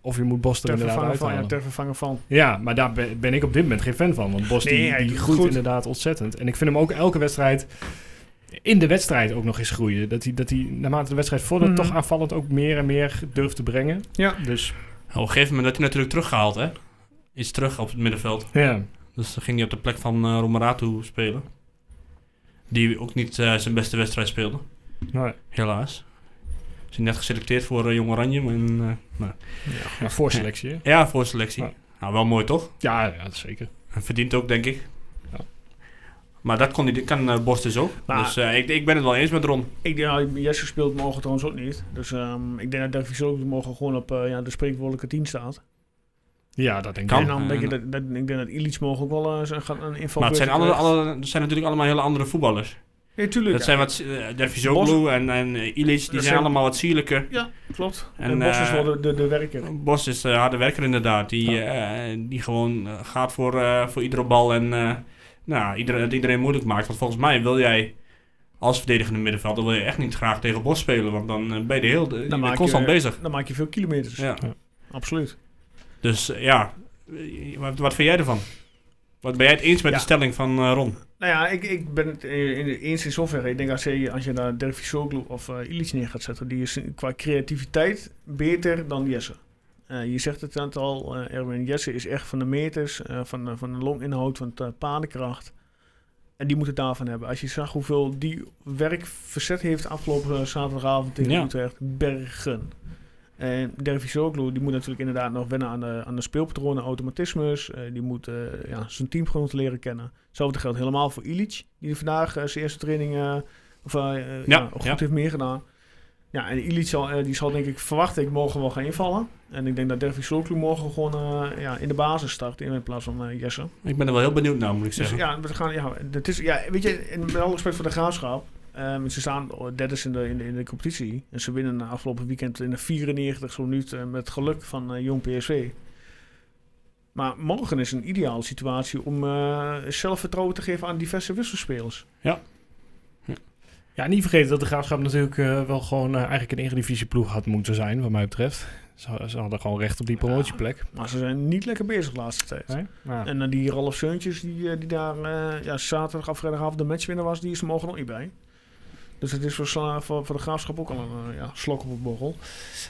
Speaker 3: Of je moet Bos er
Speaker 1: Ter
Speaker 3: inderdaad
Speaker 1: vervangen, van, ja,
Speaker 3: uithalen.
Speaker 1: ter vervangen van.
Speaker 3: Ja, maar daar ben, ben ik op dit moment geen fan van. Want Bos
Speaker 1: Nee,
Speaker 3: die,
Speaker 1: hij
Speaker 3: die
Speaker 1: doet het
Speaker 3: groeit
Speaker 1: goed.
Speaker 3: inderdaad ontzettend. En ik vind hem ook elke wedstrijd in de wedstrijd ook nog eens groeien. Dat hij, dat hij naarmate de wedstrijd vordert
Speaker 1: Mhm.
Speaker 3: toch aanvallend ook meer en meer durft te brengen.
Speaker 1: Ja.
Speaker 3: Dus
Speaker 2: Op een gegeven moment werd hij natuurlijk teruggehaald, hè? Iets terug op het middenveld.
Speaker 3: Ja.
Speaker 2: Dus dan ging hij op de plek van eh Romeratu spelen. Die ook niet eh, zijn beste wedstrijd speelde,
Speaker 3: Nou,
Speaker 2: helaas. Is hij net geselecteerd voor eh, Jong Oranje, maar in, eh, nou.
Speaker 3: ja, voorselectie, hè?
Speaker 2: ja, voor selectie.
Speaker 3: Ja.
Speaker 2: Nou, wel mooi toch?
Speaker 3: Ja, ja, zeker.
Speaker 2: En verdient ook, denk ik.
Speaker 3: Ja.
Speaker 2: Maar dat kon, die, kan eh, Bos dus ook.
Speaker 1: Maar-
Speaker 2: dus eh, ik, ik ben het wel eens met Ron.
Speaker 1: Ik denk, nou, Jesse speelt morgen trouwens ook niet. Dus ehm, ik denk dat Davy ook morgen gewoon op eh, ja, de spreekwoordelijke 10 staat.
Speaker 3: Ja, dat denk ik.
Speaker 2: Kan.
Speaker 1: En dan denk ik,
Speaker 2: Eh,
Speaker 1: dat, dat- ik denk dat Illich morgen ook wel eh, zijn- gaat een inval
Speaker 2: Maar het zijn, alle, alle, het zijn natuurlijk allemaal hele andere voetballers.
Speaker 1: Nee, tuurlijk.
Speaker 2: Dat zijn wat uh, Dervizoglu en, en eh, Ilic, die
Speaker 1: Dat
Speaker 2: zijn
Speaker 1: zijn-
Speaker 2: allemaal wat sierlijker.
Speaker 1: Klopt. En,
Speaker 2: En,
Speaker 1: Bos is
Speaker 2: eh,
Speaker 1: wel de, de, de werker.
Speaker 2: Bos is de harde werker inderdaad, die, eh, die gewoon eh, gaat voor, eh, voor iedere bal en eh, nou, iedereen, het iedereen moeilijk maakt. Want volgens mij wil jij als verdedigende middenvelder wil je echt niet graag tegen Bos spelen, want dan eh, ben je de heel, je bent
Speaker 1: maak je- Dus-
Speaker 2: constant bezig.
Speaker 1: Dan maak je veel kilometers.
Speaker 2: Ja.
Speaker 1: Absoluut.
Speaker 2: Dus eh, ja, Eh, wat, wat vind jij ervan? Wat ben jij het eens met
Speaker 1: Ja.
Speaker 2: de stelling van eh, Ron?
Speaker 1: Nou ja, ik, ik ben het eh, in- eens in zoverre. Ik denk als je, als je daar Dervis Soglu of eh Illich neer gaat zetten, die is qua creativiteit beter dan Jesse. Eh, je zegt het net al, eh, Erwin Jesse is echt van de meters, eh, van, de- van de longinhoud, van de padenkracht. En die moet het daarvan hebben. Als je zag hoeveel die werk verzet heeft afgelopen eh, zaterdagavond tegen
Speaker 2: Ja.
Speaker 1: Utrecht, bergen. En Dervis Soglu, die moet natuurlijk inderdaad nog wennen aan de, aan de speelpatronen, automatismes. Eh, die moet eh, ja, zijn teamgenoten leren kennen. Hetzelfde geldt helemaal voor Ilic, die vandaag eh, zijn eerste training eh, of, eh, eh, ja, goed
Speaker 2: ja.
Speaker 1: heeft meegedaan. Ja, en Ilic zal, eh, die zal denk ik, verwacht ik, morgen wel gaan invallen. En ik denk dat Dervis Soglu morgen gewoon eh, ja, in de basis start in plaats van eh, Jesse.
Speaker 2: Ik ben er wel heel benieuwd naar, moet ik
Speaker 1: Dus
Speaker 2: zeggen.
Speaker 1: ja, we gaan, ja, dat is, ja, weet je, in, met alle respect voor de graafschap. ehm, ze staan derde in de, in, de, in de competitie. En ze winnen afgelopen weekend in de 94 zo minuut eh, met geluk van eh, jong PSV. Maar morgen is een ideale situatie om eh, zelfvertrouwen te geven aan diverse wisselspelers.
Speaker 3: Ja, niet vergeten dat de Graafschap natuurlijk eh, wel gewoon eh, eigenlijk een eredivisie ploeg had moeten zijn, wat mij betreft. Ze, ze hadden gewoon recht op die promotieplek.
Speaker 1: Maar ze zijn niet lekker bezig de laatste tijd.
Speaker 3: Hè? Ja.
Speaker 1: En eh, die Ralf Seuntjes, die, eh, die daar eh, ja, zaterdag of vrijdagavond de matchwinner was, die is er morgen nog niet bij. Dus het is voor, Sla- voor, voor de graafschap ook al een eh, ja, slok op het borrel.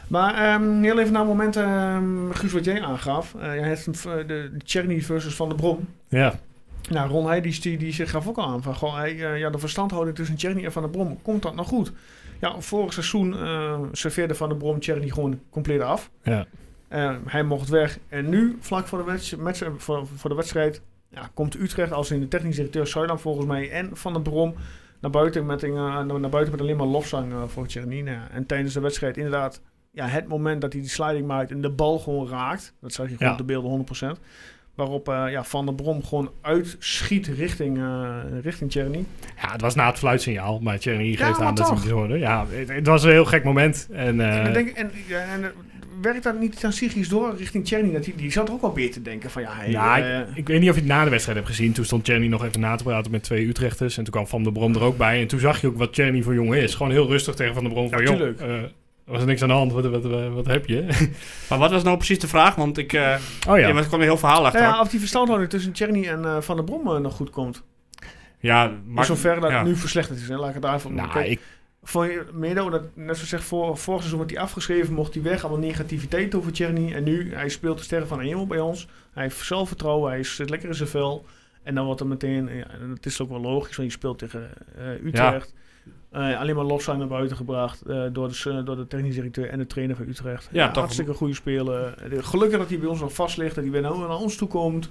Speaker 1: Maar ehm, heel even naar een moment, ehm, Guus, wat jij aangaf. Eh, jij hebt een, eh, de de Czerny versus Van der Brom.
Speaker 3: ja.
Speaker 1: Nou, Ron Heidis die, die zich gaf ook al aan van goh, hey, eh, ja, de verstandhouding tussen Tjerni en Van der Brom, komt dat nou goed? Ja, vorig seizoen eh serveerde Van der Brom Tjerni gewoon compleet af.
Speaker 3: Ja.
Speaker 1: Eh, hij mocht weg. En nu, vlak voor de, wedst- match- voor, voor de wedstrijd, ja, komt Utrecht als in de technisch directeur Zuidam volgens mij en Van der Brom naar buiten met, een, eh, naar buiten met alleen maar lofzang eh, voor Tjerni. Nou ja, En tijdens de wedstrijd inderdaad, ja, het moment dat hij die sliding maakt en de bal gewoon raakt, dat zag je gewoon
Speaker 3: Ja.
Speaker 1: op de beelden 100%. Waarop eh, ja, Van der Brom gewoon uitschiet richting, eh richting Tjerni.
Speaker 3: Ja, het was na het fluitsignaal, maar Thierry
Speaker 1: Ja,
Speaker 3: geeft
Speaker 1: maar
Speaker 3: aan dat ze
Speaker 1: toch.
Speaker 3: het hoorden. Ja, het, het was een heel gek moment. En, eh,
Speaker 1: en, dan denk ik- en, ja, en eh, werkt dat niet dan psychisch door richting Tjerni? Dat Die, die zat er ook wel beter te denken van ja, hij...
Speaker 3: ja,
Speaker 1: eh,
Speaker 3: Nou, ik, ik weet niet of je het na de wedstrijd hebt gezien. Toen stond Thierry nog even na te praten met twee Utrechters. En toen kwam Van der Brom er ook bij. En toen zag je ook wat Thierry voor jongen is. Gewoon heel rustig tegen Van der Brom. van,
Speaker 1: tuurlijk.
Speaker 3: joh, eh, er was niks aan de hand. Wat, wat, wat, wat heb je?
Speaker 2: Maar wat was nou precies de vraag? Want ik, eh ja.
Speaker 3: Oh ja.
Speaker 2: maar er kwam een heel verhaal achter.
Speaker 1: nou ja, of die verstandhouding tussen Tjerni en eh, Van der Brom eh, nog goed komt.
Speaker 2: Ja,
Speaker 1: In
Speaker 2: maar
Speaker 1: zoverre dat
Speaker 2: ja.
Speaker 1: het nu verslechterd is. Hè? Laat ik het daarvan
Speaker 3: Nou,
Speaker 1: Kijk,
Speaker 3: ik,
Speaker 1: Vond je Medo, dat, net zoals gezegd, voor, vorig seizoen wordt hij afgeschreven, mocht hij weg, allemaal negativiteit over Tjerni. En nu, hij speelt de sterren van een hemel bij ons. Hij heeft zelfvertrouwen, hij zit lekker in zijn vel. En dan wordt er meteen, ja, en dat is ook wel logisch, want je speelt tegen eh, Utrecht. Eh, alleen maar los zijn naar buiten gebracht eh, door, de, s- door de technisch directeur en de trainer van Utrecht.
Speaker 2: Ja, toch.
Speaker 1: Hartstikke goede speler. Eh, Gelukkig dat hij bij ons nog vast ligt, dat hij weer naar, naar ons toe komt.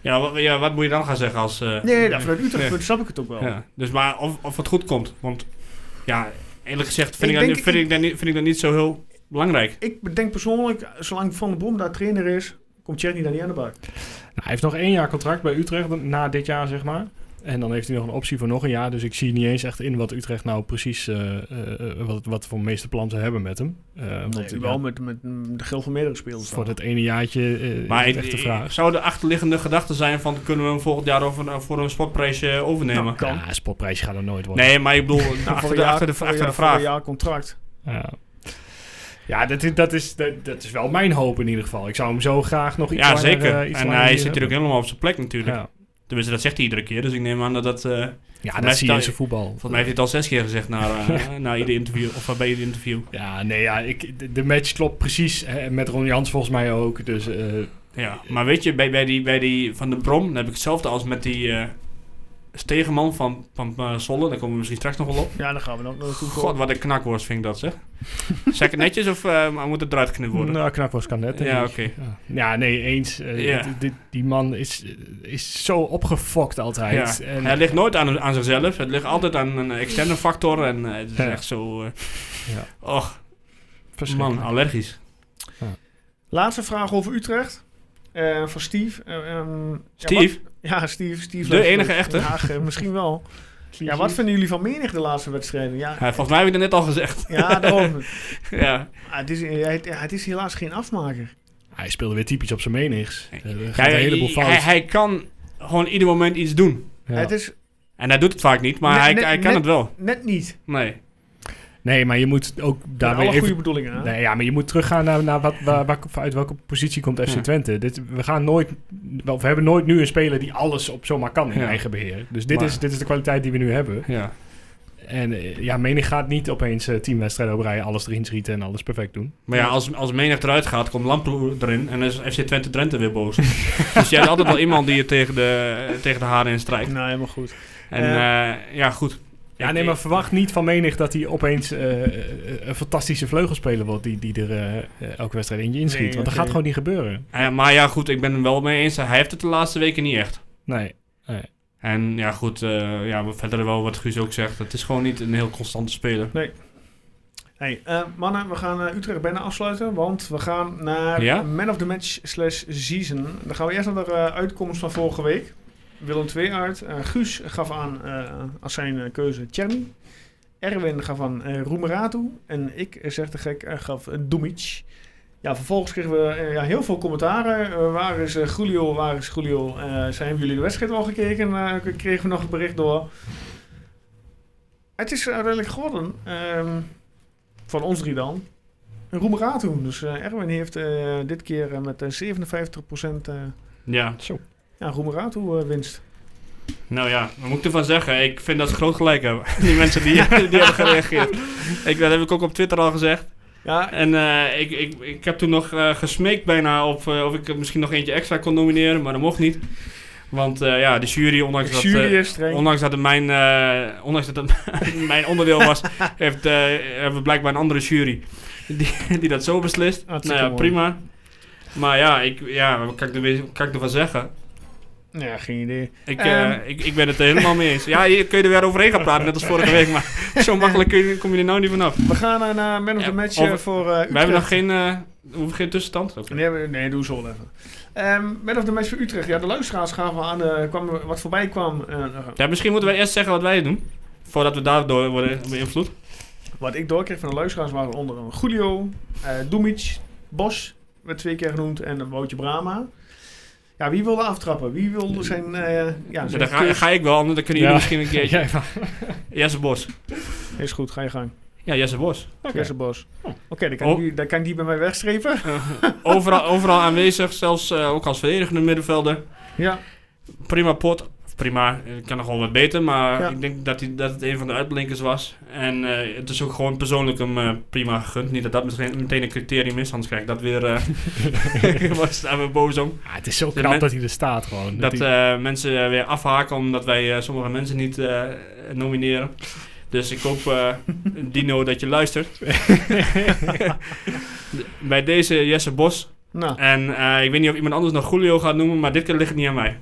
Speaker 2: Ja, wat, ja, wat moet je dan gaan zeggen als... eh,
Speaker 1: Nee, nou, vanuit Utrecht
Speaker 2: Nee.
Speaker 1: punt snap ik het ook wel.
Speaker 2: Ja, dus maar of, of het goed komt. Want ja, eerlijk gezegd vind
Speaker 1: Ik
Speaker 2: ik, dat,
Speaker 1: denk-
Speaker 2: niet- vind, ik, dat niet, vind ik dat niet zo heel belangrijk.
Speaker 1: Ik bedenk persoonlijk, zolang Van der Brom daar trainer is, komt Tjerni daar niet aan de bak.
Speaker 3: Nou, hij heeft nog één jaar contract bij Utrecht na dit jaar, zeg maar. En dan heeft hij nog een optie voor nog een jaar. Dus ik zie niet eens echt in wat Utrecht nou precies... eh, eh, eh, wat, wat voor meeste plan ze hebben met hem. Eh, want,
Speaker 1: Nee,
Speaker 3: ja,
Speaker 1: wel met, met mm, de geld van meerdere spelers.
Speaker 3: voor
Speaker 1: dan.
Speaker 3: dat ene jaartje eh
Speaker 2: Maar
Speaker 3: is het
Speaker 2: ik-
Speaker 3: echt de
Speaker 2: ik-
Speaker 3: vraag.
Speaker 2: zou de achterliggende gedachte zijn van... kunnen we hem volgend jaar over, voor een spotprijsje overnemen?
Speaker 1: Nou, kan. Nou,
Speaker 3: Ja, een spotprijsje gaat er nooit worden.
Speaker 2: nee, maar ik bedoel,
Speaker 1: voor
Speaker 2: achter,
Speaker 1: een
Speaker 2: de,
Speaker 1: jaar-
Speaker 2: achter, de,
Speaker 1: voor
Speaker 2: achter
Speaker 1: een
Speaker 2: de
Speaker 1: jaar- voor
Speaker 2: vraag.
Speaker 1: Een jaar contract.
Speaker 3: Ja, ja dat, is, dat, is, dat, dat is wel mijn hoop in ieder geval. Ik zou hem zo graag nog iets
Speaker 2: Ja,
Speaker 3: langer,
Speaker 2: zeker.
Speaker 3: eh, iets
Speaker 2: en
Speaker 3: langer
Speaker 2: hij
Speaker 3: hier
Speaker 2: zit hier ook
Speaker 3: hebben.
Speaker 2: helemaal op zijn plek natuurlijk.
Speaker 3: Ja.
Speaker 2: Tenminste, dat zegt hij iedere keer. Dus ik neem aan dat dat... eh,
Speaker 3: Ja,
Speaker 2: mij
Speaker 3: dat zie je in
Speaker 2: vertel-
Speaker 3: zijn voetbal.
Speaker 2: volgens mij heeft hij het al zes keer gezegd na, eh, na ieder interview. Of bij ieder interview.
Speaker 3: Ja, nee, ja, ik, de- de match klopt precies. Hè, met Ron Jans volgens mij ook. Dus eh,
Speaker 2: Ja, maar weet je, bij, bij, die, bij die van de Brom dan heb ik hetzelfde als met die eh Stegeman van, van eh, Zwolle. Daar komen we misschien straks nog wel op.
Speaker 1: Ja, dan gaan we ook nog naartoe
Speaker 2: God,
Speaker 1: komen.
Speaker 2: wat een knakworst vind ik dat, zeg. Zeg ik het netjes of eh, maar moet het eruit geknipt worden?
Speaker 3: nou, knakworst kan net. denk
Speaker 2: Ja,
Speaker 3: ik.
Speaker 2: oké.
Speaker 3: Ja. Ja, nee, eens. Eh,
Speaker 2: Ja.
Speaker 3: dit- dit- die man is, is zo opgefokt altijd.
Speaker 2: Ja.
Speaker 3: En,
Speaker 2: het ligt nooit aan, aan zichzelf. Het ligt altijd aan een externe factor. En eh, het is
Speaker 3: Ja.
Speaker 2: echt zo... eh,
Speaker 3: Ja.
Speaker 2: Och,
Speaker 3: verschrikkelijk.
Speaker 2: man, allergisch.
Speaker 1: Laatste vraag over Utrecht. Eh voor Steve. Eh, ehm, ja,
Speaker 2: Steve?
Speaker 1: wat- Ja, Steve. Steve
Speaker 2: De
Speaker 1: Leuk.
Speaker 2: enige echte?
Speaker 1: Ja, ge- misschien wel. Ja, wat vinden jullie van menig de laatste wedstrijden? Ja,
Speaker 2: Ja, volgens mij heb ik het net al gezegd.
Speaker 1: ja daarom.
Speaker 2: ja.
Speaker 1: Ah, het, is, eh, het, ja, het is helaas geen afmaker.
Speaker 3: Hij speelde weer typisch op zijn menigs. Eh, er gaat
Speaker 2: Hij,
Speaker 3: een heleboel
Speaker 2: hij,
Speaker 3: fout.
Speaker 2: hij kan gewoon ieder moment iets doen.
Speaker 3: Ja.
Speaker 1: Het is
Speaker 2: En hij doet het vaak niet, maar
Speaker 1: Net-
Speaker 2: hij,
Speaker 1: net-
Speaker 2: hij kan
Speaker 1: net-
Speaker 2: het wel.
Speaker 1: net niet.
Speaker 2: Nee.
Speaker 3: Nee, maar je moet ook
Speaker 1: Daar
Speaker 3: daar
Speaker 1: alle
Speaker 3: weer
Speaker 1: goede
Speaker 3: even...
Speaker 1: bedoelingen aan.
Speaker 3: Nee, ja, maar je moet teruggaan naar, naar wat, waar, waar, uit welke positie komt FC
Speaker 2: Ja.
Speaker 3: Twente. Dit, we, gaan nooit, wel, we hebben nooit nu een speler die alles op zomaar kan in
Speaker 2: Ja.
Speaker 3: eigen beheer. Dus dit,
Speaker 2: Maar-
Speaker 3: is, dit is de kwaliteit die we nu hebben.
Speaker 2: Ja.
Speaker 3: En eh, ja, menig gaat niet opeens eh, tien wedstrijden op rij alles erin schieten en alles perfect doen.
Speaker 2: Maar ja, als, als menig eruit gaat, komt Lamproe erin en dan is FC Twente Drenthe weer boos. dus je hebt altijd wel iemand die je tegen de, tegen de haren in strijkt.
Speaker 1: Nee, helemaal goed.
Speaker 2: En eh, ja, goed.
Speaker 3: Ja,
Speaker 2: Ik-
Speaker 3: nee, maar
Speaker 2: ik-
Speaker 3: verwacht niet van menig dat hij opeens eh, eh, een fantastische vleugelspeler wordt die, die er eh, eh, elke wedstrijd eentje inschiet.
Speaker 1: Nee,
Speaker 3: want dat
Speaker 1: oké.
Speaker 3: gaat gewoon niet gebeuren.
Speaker 2: eh, maar ja, goed, ik ben het wel mee eens. Hij heeft het de laatste weken niet echt.
Speaker 3: Nee.
Speaker 2: En ja, goed, eh, ja, maar verder wel wat Guus ook zegt. Het is gewoon niet een heel constante speler.
Speaker 1: Hey, eh, mannen, we gaan eh, Utrecht bijna afsluiten, want we gaan naar
Speaker 2: Ja?
Speaker 1: Man of the Match slash Season. Dan gaan we eerst naar de eh, uitkomst van vorige week. Willem 2 uit. Eh, Guus gaf aan eh, als zijn eh, keuze Tjerni. Erwin gaf aan eh Roemeratu. En ik, eh, zeg de gek, eh, gaf uh, Dumic. Ja, vervolgens kregen we eh, ja, heel veel commentaren. Eh, waar is eh, Julio, waar is Julio? Eh, zijn jullie de wedstrijd al gekeken? Eh, kregen we nog een bericht door. Het is uiteindelijk geworden. Ehm, van ons drie dan. Roemeratu. Dus eh, Erwin heeft eh, dit keer eh, met eh, 57% eh
Speaker 2: Ja,
Speaker 1: ja, Roemeratu eh, winst.
Speaker 2: nou ja, wat moet ik ervan zeggen? Ik vind dat ze groot gelijk hebben. Die mensen die, die hebben gereageerd. Ik, dat heb ik ook op Twitter al gezegd.
Speaker 1: Ja,
Speaker 2: En eh, ik, ik, ik heb toen nog eh, gesmeekt bijna op eh, of ik er misschien nog eentje extra kon nomineren, maar dat mocht niet. Want eh, ja, de jury, ondanks
Speaker 1: de
Speaker 2: dat,
Speaker 1: jury
Speaker 2: eh,
Speaker 1: is streng.
Speaker 2: ondanks dat het mijn, eh, ondanks dat het mijn onderdeel was, heeft, eh, hebben we blijkbaar een andere jury die, die dat zo beslist.
Speaker 1: Hartstikke
Speaker 2: nou ja,
Speaker 1: mooi.
Speaker 2: prima. Maar ja, ik, ja wat, kan ik er, weer- wat kan ik ervan zeggen?
Speaker 1: ja, geen idee.
Speaker 2: Ik,
Speaker 1: Ehm.
Speaker 2: eh, ik, ik ben het er helemaal mee eens. Ja, hier kun je er weer overheen gaan praten, net als vorige week, maar zo makkelijk kun je, kom je er nou niet vanaf.
Speaker 1: We gaan eh, naar Man of the
Speaker 2: Ja,
Speaker 1: Match
Speaker 2: of-
Speaker 1: eh, voor eh Utrecht.
Speaker 2: We hebben nog geen, eh we hoeven geen tussenstand. Oké.
Speaker 1: Nee, we- nee, doe zo wel even. Ehm Man of the Match voor Utrecht. Ja, de luisteraars gaven aan, eh, kwam, wat voorbij kwam. eh, eh,
Speaker 2: Ja, misschien moeten wij eerst zeggen wat wij doen. Voordat we daardoor worden beïnvloed.
Speaker 1: wat ik doorkreeg van de luisteraars waren onder andere Julio, eh Dumic, Bos, werd twee keer genoemd, en eh, Woutje Brama. Ja, wie wilde aftrappen? Wie wilde zijn... eh ja,
Speaker 2: Dus
Speaker 1: zijn
Speaker 2: dan ga, ga ik wel, anders dan kunnen jullie
Speaker 3: Ja.
Speaker 2: misschien een keertje.
Speaker 3: Jij mag-
Speaker 2: Jesse Bos.
Speaker 1: Is goed, ga je gang.
Speaker 2: Ja, Jesse Bos.
Speaker 1: Oké, Bos. Oké, dan, kan
Speaker 2: Oh.
Speaker 1: die- dan kan die bij mij wegstrepen.
Speaker 2: Overal, overal aanwezig, zelfs eh, ook als verdedigende middenvelder.
Speaker 1: Ja.
Speaker 2: Prima pot. Prima, eh, kan nog wel wat beter, maar
Speaker 1: Ja.
Speaker 2: ik denk dat, hij, dat het een van de uitblinkers was. En eh, het is ook gewoon persoonlijk hem eh, prima gegund. Niet dat dat meteen, meteen een criterium is, anders krijg ik dat weer... eh wat staan we boos om.
Speaker 3: Ah, het is zo
Speaker 2: De
Speaker 3: knap
Speaker 2: men-
Speaker 3: dat hij er staat gewoon.
Speaker 2: Dat
Speaker 3: hij-
Speaker 2: eh, mensen eh, weer afhaken omdat wij eh, sommige mensen niet eh, nomineren. Dus ik hoop, eh, Dino, dat je luistert. Bij deze Jesse Bos.
Speaker 1: Nou,
Speaker 2: En eh, ik weet niet of iemand anders nog Julio gaat noemen, maar dit keer ligt het niet aan mij.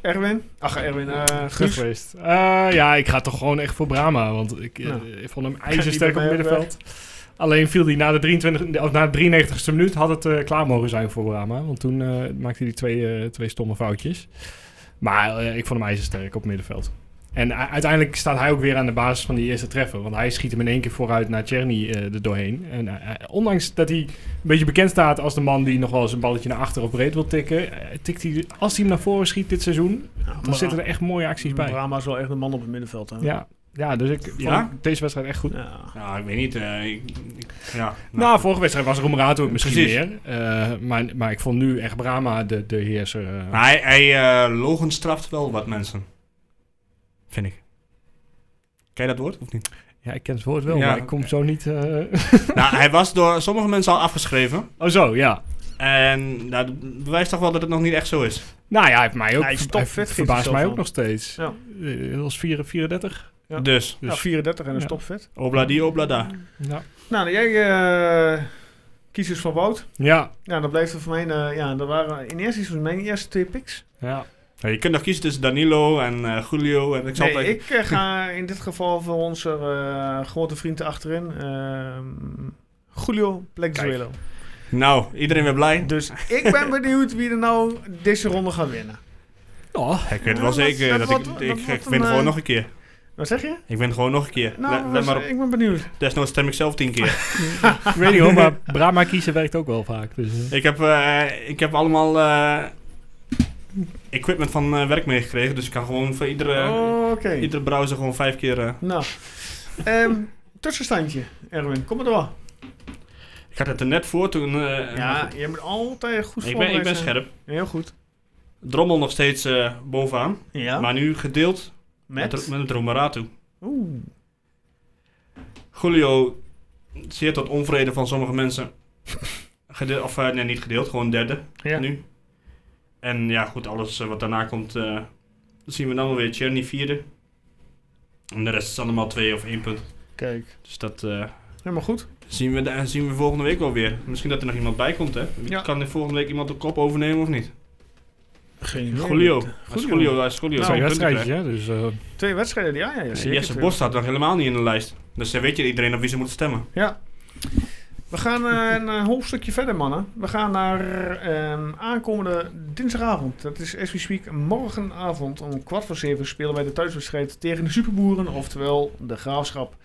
Speaker 1: Erwin. Ach, Erwin. eh
Speaker 3: terug
Speaker 1: Guus.
Speaker 3: geweest. Eh, ja, ik ga toch gewoon echt voor Brahma. Want ik, eh,
Speaker 1: Nou.
Speaker 3: ik vond hem
Speaker 1: Die
Speaker 3: ijzersterk op
Speaker 1: bij
Speaker 3: het
Speaker 1: mij
Speaker 3: middenveld. Alleen viel hij na de, 23, of na de 93ste minuut had het eh, klaar mogen zijn voor Brahma. Want toen eh, maakte hij die twee, eh, twee stomme foutjes. Maar eh, ik vond hem ijzersterk op het middenveld. En u- uiteindelijk staat hij ook weer aan de basis van die eerste treffer. Want hij schiet hem in één keer vooruit naar Czerny eh er doorheen. En eh, eh, ondanks dat hij een beetje bekend staat als de man die nog wel eens een balletje naar achter of breed wil tikken. eh, tikt hij, als hij hem naar voren schiet dit seizoen, dan zitten er echt mooie acties bij.
Speaker 1: Brahma is wel echt een man op het middenveld. Hè?
Speaker 3: Ja, Ja, dus ik
Speaker 2: Ja?
Speaker 3: vond deze wedstrijd echt goed.
Speaker 1: Ja.
Speaker 2: Nou, ik weet niet. eh, ik- ik- ja,
Speaker 3: Nou, vorige wedstrijd was Romerato het misschien
Speaker 2: Precies.
Speaker 3: meer. Eh, maar, maar ik vond nu echt Brama de, de heerser. eh.
Speaker 2: Maar hij, hij eh logenstraft wel wat mensen. Vind ik. Ken je dat woord of niet?
Speaker 3: Ja, ik ken het woord wel,
Speaker 2: Ja,
Speaker 3: maar ik kom zo niet... eh,
Speaker 2: nou, hij was door sommige mensen al afgeschreven.
Speaker 3: oh zo, ja.
Speaker 2: En nou, dat bewijst toch wel dat het nog niet echt zo is.
Speaker 3: Nou ja, hij heeft mij ook,
Speaker 1: Hij
Speaker 3: hij
Speaker 1: is topfit, vindt
Speaker 3: verbaast
Speaker 1: hij
Speaker 3: mij
Speaker 1: zelf
Speaker 3: ook
Speaker 1: wel.
Speaker 3: nog steeds.
Speaker 1: Ja.
Speaker 3: Eh, Dat was 4 34.
Speaker 1: Ja.
Speaker 2: Dus,
Speaker 1: Ja, 34 en een
Speaker 3: Ja.
Speaker 1: stopvet.
Speaker 2: obla die, obla da.
Speaker 3: Ja.
Speaker 1: Nou, jij eh kiest dus voor Wout.
Speaker 3: Ja.
Speaker 1: Ja, dat bleef er voor mij... eh, ja, dat waren in eerste instantie mijn eerste twee picks.
Speaker 3: ja.
Speaker 2: Ja, je kunt nog kiezen tussen Danilo en eh, Julio. En ik zal
Speaker 1: Nee,
Speaker 2: het-
Speaker 1: ik eh, ga in dit geval voor onze eh, grote vriend achterin. ehm, Julio Plexuelo.
Speaker 2: Nou, iedereen weer blij.
Speaker 1: Dus ik ben benieuwd wie er nou deze ronde gaat winnen.
Speaker 3: Oh,
Speaker 2: Ik weet het
Speaker 1: Ja,
Speaker 2: wel
Speaker 1: dat-
Speaker 2: zeker.
Speaker 1: dat
Speaker 2: Dat,
Speaker 1: wordt-
Speaker 2: ik
Speaker 1: dat
Speaker 2: ik, ik
Speaker 1: wordt
Speaker 2: win
Speaker 1: een,
Speaker 2: gewoon
Speaker 1: eh,
Speaker 2: nog een keer.
Speaker 1: Wat zeg je?
Speaker 2: Ik win gewoon nog een keer.
Speaker 1: Nou,
Speaker 2: Let- let
Speaker 1: was-
Speaker 2: maar op.
Speaker 1: ik ben benieuwd.
Speaker 2: Desnoods stem ik zelf tien keer.
Speaker 3: ik weet niet hoor, maar Brahma kiezen werkt ook wel vaak. Dus, eh.
Speaker 2: ik, heb, eh, ik heb allemaal eh, equipment van eh, werk meegekregen. Dus ik kan gewoon voor iedere,
Speaker 1: Oké.
Speaker 2: iedere browser gewoon vijf keer... eh,
Speaker 1: Nou, ehm, tussenstandje, Erwin. Kom maar door.
Speaker 2: ik had het er net voor toen... eh,
Speaker 1: Ja, je bent altijd goed
Speaker 2: ik ben, ik
Speaker 1: voorbereid
Speaker 2: ben
Speaker 1: zijn.
Speaker 2: scherp.
Speaker 1: Heel goed.
Speaker 2: Drommel nog steeds eh, bovenaan.
Speaker 1: Ja,
Speaker 2: Maar nu gedeeld met,
Speaker 1: met?
Speaker 2: met Romaratu.
Speaker 1: Oeh.
Speaker 2: Julio, zeer tot onvrede van sommige mensen. Gede of eh, nee, niet gedeeld, gewoon derde
Speaker 1: Ja.
Speaker 2: nu. En ja, goed, alles eh, wat daarna komt, eh, dat zien we dan wel weer. Cherny vierde. En de rest is allemaal twee of één punt.
Speaker 1: Kijk,
Speaker 2: Dus dat eh,
Speaker 1: helemaal goed.
Speaker 2: zien, we, da- zien we volgende week wel weer. Misschien dat er nog iemand bij komt, hè? Wie-
Speaker 1: Ja.
Speaker 2: Kan er volgende week iemand de kop overnemen of niet?
Speaker 1: Geen
Speaker 2: Julio. Als
Speaker 1: Julio.
Speaker 2: Julio, als Julio
Speaker 1: Nou,
Speaker 2: zijn
Speaker 3: Twee
Speaker 2: punten
Speaker 3: wedstrijdjes,
Speaker 2: krijgt.
Speaker 3: hè. Dus, eh,
Speaker 1: Twee wedstrijden, ja, ja, ja zeker.
Speaker 2: Jesse Bos staat nog helemaal niet in de lijst. Dus dan weet je iedereen op wie ze moeten stemmen.
Speaker 1: Ja. We gaan eh, een eh, hoofdstukje verder, mannen. We gaan naar ehm, aankomende dinsdagavond. Dat is as we speak morgenavond om kwart voor zeven spelen wij de thuiswedstrijd tegen de Superboeren, oftewel de Graafschap.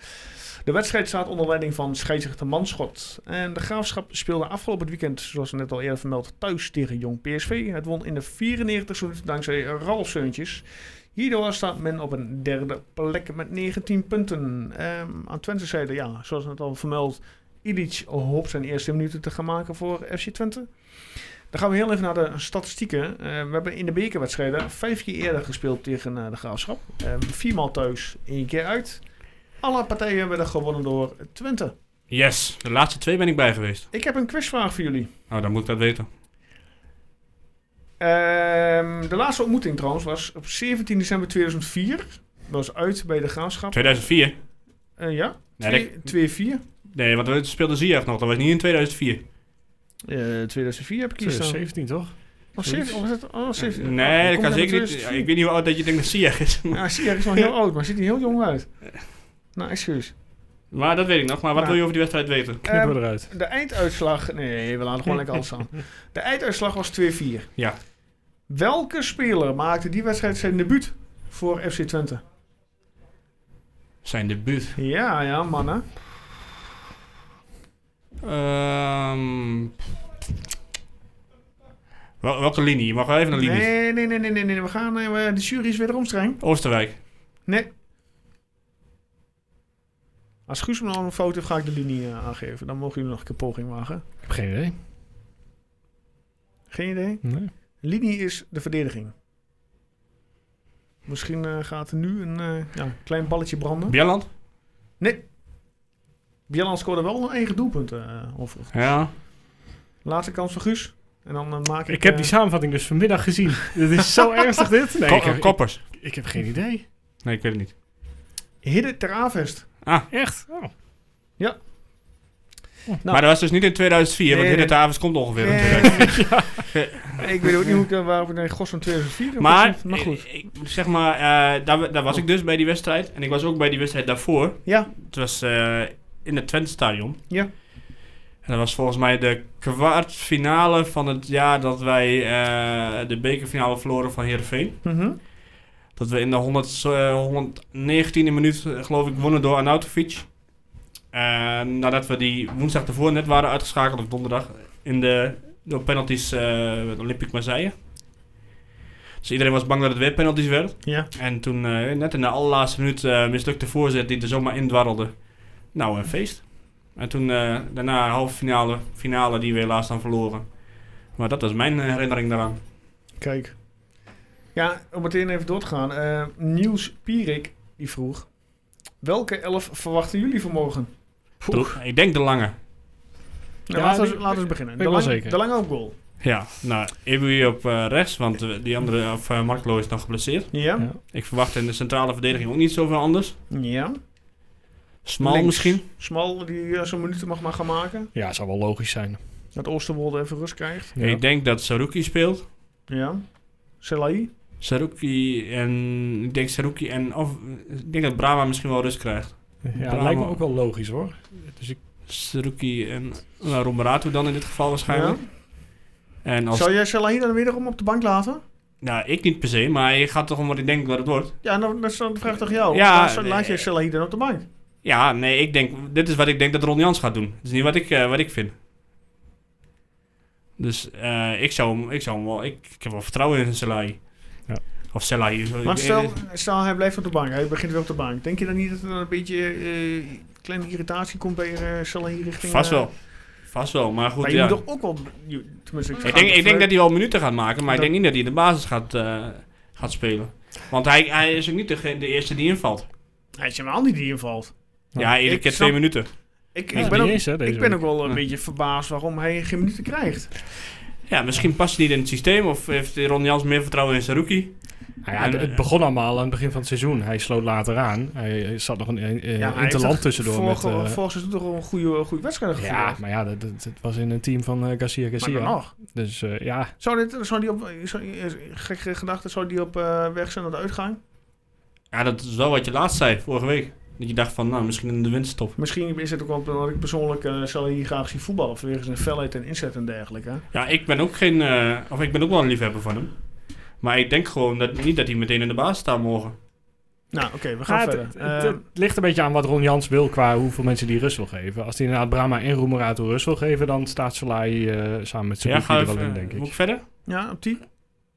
Speaker 1: De wedstrijd staat onder leiding van scheidsrechter Manschot. En de Graafschap speelde afgelopen weekend, zoals net al eerder vermeld, thuis tegen Jong PSV. Het won in de 94 minuut dankzij Ralf Seuntjes. Hierdoor staat men op een derde plek met 19 punten. Ehm, aan Twente zijde, ja, zoals net al vermeld, Ilic hoopt zijn eerste minuten te gaan maken voor FC Twente. Dan gaan we heel even naar de statistieken. Eh, we hebben in de bekerwedstrijden vijf keer eerder gespeeld tegen eh, de Graafschap. Eh, viermaal thuis, één keer uit. Alle partijen werden gewonnen door Twente.
Speaker 2: Yes, de laatste twee ben ik bij geweest.
Speaker 1: Ik heb een quizvraag voor jullie.
Speaker 2: Nou, dan moet ik dat weten.
Speaker 1: Ehm, de laatste ontmoeting trouwens was op 17 december 2004. Dat was uit bij de Graafschap.
Speaker 2: 2004?
Speaker 1: Eh, ja,
Speaker 2: Nee,
Speaker 1: Twee- 2-4.
Speaker 2: Nee, want we speelden Ziyech nog. Dat was niet in 2004.
Speaker 1: Eh, 2004 heb ik hier staan.
Speaker 3: 17 toch?
Speaker 1: Oh, 17? Oh, was het- oh, 17.
Speaker 2: Nee,
Speaker 1: Oh,
Speaker 2: dat
Speaker 1: kom
Speaker 2: kan
Speaker 1: je
Speaker 2: zeker
Speaker 1: met
Speaker 2: niet.
Speaker 1: 2004?
Speaker 2: ik weet niet hoe oud dat je denkt dat Ziyech is.
Speaker 1: Ja, Ah, zie je, hij is wel heel oud, maar ziet er heel jong uit. Nou, excuus.
Speaker 2: maar dat weet ik nog. Maar wat
Speaker 1: Nou.
Speaker 2: wil je over die wedstrijd weten?
Speaker 3: Knippen
Speaker 1: Ehm,
Speaker 3: we eruit.
Speaker 1: de einduitslag... Nee, we laten gewoon lekker alles aan. De einduitslag was 2-4.
Speaker 2: Ja.
Speaker 1: Welke speler maakte die wedstrijd zijn debuut voor FC Twente?
Speaker 2: Zijn debuut.
Speaker 1: Ja, ja, mannen.
Speaker 2: Ehm wel, welke linie? Je mag wel even een linie.
Speaker 1: Nee, nee, nee, nee, nee, nee. We gaan... eh, we- de jury is weer erom streng.
Speaker 2: Oosterwijk.
Speaker 1: Nee. Als Guus me nou een fout heeft, ga ik de linie eh, aangeven. Dan mogen jullie nog een keer poging wagen.
Speaker 3: Ik heb geen idee.
Speaker 1: Geen idee?
Speaker 3: Nee.
Speaker 1: Linie is de verdediging. Misschien eh, gaat er nu een eh, ja, klein balletje branden.
Speaker 2: Bjelland?
Speaker 1: Bielan scoorde wel een eigen doelpunt. eh overigens.
Speaker 2: Ja.
Speaker 1: Laatste kans voor Guus. En dan eh, maak ik...
Speaker 3: Ik heb
Speaker 1: eh,
Speaker 3: die samenvatting dus vanmiddag gezien. Dit is zo ernstig dit. Nee,
Speaker 2: Ko-
Speaker 3: ik, heb, ik,
Speaker 2: koppers.
Speaker 3: ik heb geen idee.
Speaker 2: Nee, ik weet het niet.
Speaker 1: Hidde ter Avest.
Speaker 3: Echt? Oh.
Speaker 1: Nou.
Speaker 2: Maar dat was dus niet in 2004, want
Speaker 1: Nee,
Speaker 2: Hidde
Speaker 1: nee.
Speaker 2: Tavens komt ongeveer in
Speaker 1: Eh,
Speaker 2: 2004.
Speaker 1: Ik weet ook niet hoe ik daar waar we naar Gos van 2004. heb
Speaker 2: Maar, Eh,
Speaker 1: gezien. maar goed.
Speaker 2: Ik, ik- zeg maar, eh, daar, daar was ik dus bij die wedstrijd. En ik was ook bij die wedstrijd daarvoor.
Speaker 1: Ja.
Speaker 2: Het was eh, in het Twente Stadion.
Speaker 1: Ja.
Speaker 2: En dat was volgens mij de kwartfinale van het jaar dat wij eh, de bekerfinale verloren van Heerenveen.
Speaker 1: Mhm.
Speaker 2: Dat we in de 100, eh, 119e minuut, eh, geloof ik, wonnen door Arnautovic. En nadat we die woensdag ervoor net waren uitgeschakeld, of donderdag, in de, door penalties eh met Olympique Marseille. Dus iedereen was bang dat het weer penalties werd.
Speaker 1: Ja.
Speaker 2: En toen, eh, net in de allerlaatste minuut, eh, mislukte voorzet die er zomaar indwarrelde. Nou, een feest. En toen eh, daarna halve finale, finale die we helaas dan verloren. Maar dat was mijn herinnering daaraan.
Speaker 1: Kijk. Ja, om meteen even door te gaan. eh, Niels Pierik, die vroeg... Welke elf verwachten jullie vermogen?
Speaker 2: De- ik denk de lange.
Speaker 1: Nou,
Speaker 3: Ja,
Speaker 1: laten, we,
Speaker 3: die-
Speaker 1: laten we eens beginnen.
Speaker 3: weet
Speaker 1: De
Speaker 3: ik wel
Speaker 1: lange,
Speaker 3: zeker.
Speaker 1: de lange op goal.
Speaker 2: Ja, nou, Ebui op eh, rechts, want eh, die andere, of eh, Marklo is nog geblesseerd.
Speaker 1: Ja.
Speaker 3: Ja.
Speaker 2: Ik verwacht in de centrale verdediging ook niet zoveel anders.
Speaker 1: Ja.
Speaker 2: Smal
Speaker 1: Links.
Speaker 2: misschien.
Speaker 1: Smal, die eh, zo'n minuten mag maar gaan maken.
Speaker 3: Ja, zou wel logisch zijn.
Speaker 1: Dat Oosterwolde even rust krijgt.
Speaker 3: Ja.
Speaker 2: Ik denk dat Saruki speelt.
Speaker 1: Ja. Selai.
Speaker 2: Saruki en... Ik denk Saruki en... Of, ik denk dat Brahma misschien wel rust krijgt.
Speaker 3: Ja,
Speaker 2: Brahma.
Speaker 3: dat lijkt me ook wel logisch hoor. Dus ik,
Speaker 2: Saruki en nou, Romeratu dan in dit geval waarschijnlijk. En als...
Speaker 1: Zou jij Selai dan wederom op de bank laten?
Speaker 2: Nou, ik niet per se, maar je gaat toch om wat ik denk dat het wordt.
Speaker 1: Ja, dan, dan, dan vraag ik toch jou.
Speaker 2: Ja,
Speaker 1: Laat- laat jij
Speaker 2: eh,
Speaker 1: Selai dan op de bank?
Speaker 2: Ja, nee, ik denk... Dit is wat ik denk dat Ron Jans gaat doen. Het is niet wat ik, eh, wat ik vind. Dus eh, ik zou hem... Ik, zou hem wel, ik, ik heb wel vertrouwen in Selai.
Speaker 3: Ja.
Speaker 2: Of Selai.
Speaker 1: Maar
Speaker 2: Ik-
Speaker 1: stel, stel, hij blijft op de bank. Hij begint weer op de bank. Denk je dan niet dat er een beetje eh, kleine irritatie komt bij eh Salahir richting...
Speaker 2: Vast
Speaker 1: eh,
Speaker 2: wel. Vast wel, maar goed,
Speaker 1: maar je
Speaker 2: ja.
Speaker 1: moet toch ook wel... je- tenminste,
Speaker 2: Ik denk, ik denk dat hij wel minuten gaat maken, maar ik
Speaker 1: Dat-
Speaker 2: denk niet dat hij de basis gaat, eh, gaat spelen. Want hij, hij is ook niet de, de eerste die invalt.
Speaker 1: Hij is helemaal niet die invalt.
Speaker 2: Ja, iedere
Speaker 1: ik
Speaker 2: keer
Speaker 1: snap-
Speaker 2: twee minuten.
Speaker 1: Ik,
Speaker 3: Ja,
Speaker 1: ik, ben,
Speaker 3: niet
Speaker 1: ook,
Speaker 3: eens, hè, deze
Speaker 1: ik ben
Speaker 3: week.
Speaker 1: ook wel een
Speaker 2: Ja.
Speaker 1: beetje verbaasd waarom hij geen minuten krijgt.
Speaker 2: Ja, misschien past hij niet in het systeem of heeft Ron Jans meer vertrouwen in Saruki.
Speaker 3: Nou ja, het- het begon allemaal aan het begin van het seizoen. Hij sloot later aan. Hij eh, zat nog een eh, eh,
Speaker 1: hij heeft
Speaker 3: interland
Speaker 1: toch
Speaker 3: tussendoor met...
Speaker 1: Vorig
Speaker 3: eh,
Speaker 1: vorig seizoen toch wel een goede, goede wedstrijd gevoerd.
Speaker 3: ja, maar ja, dat, dat- het was in een team van eh, Garcia
Speaker 1: maar dan
Speaker 3: Garcia.
Speaker 1: nog.
Speaker 3: Dus eh, ja,
Speaker 1: Zou, dit, zou die op... Zou, eh, gekke gedachte, zou die op eh, weg zijn naar de uitgang?
Speaker 2: Ja, dat is wel wat je laatst zei vorige week. Dat je dacht van, nou, misschien in de winterstop.
Speaker 1: Misschien is het ook wel dat ik persoonlijk eh Salahir graag zie voetballen. Vanwege zijn felheid en inzet en dergelijke.
Speaker 2: Ja, ik ben ook geen, eh, of ik ben ook wel een liefhebber van hem. Maar ik denk gewoon dat, niet dat hij meteen in de basis staat morgen.
Speaker 1: Nou, oké, we gaan
Speaker 3: Ja, het,
Speaker 1: verder.
Speaker 3: het-
Speaker 1: Eh,
Speaker 3: het ligt een beetje aan wat Ron Jans wil qua hoeveel mensen die rust wil geven. Als hij inderdaad Brahma en Roemerato rust wil geven, dan staat Salai eh, samen met
Speaker 2: Ja,
Speaker 3: Saruki
Speaker 2: ga
Speaker 3: er wel
Speaker 2: even,
Speaker 3: in, denk
Speaker 2: eh, moet ik
Speaker 3: ik.
Speaker 2: verder?
Speaker 1: ja, op 10.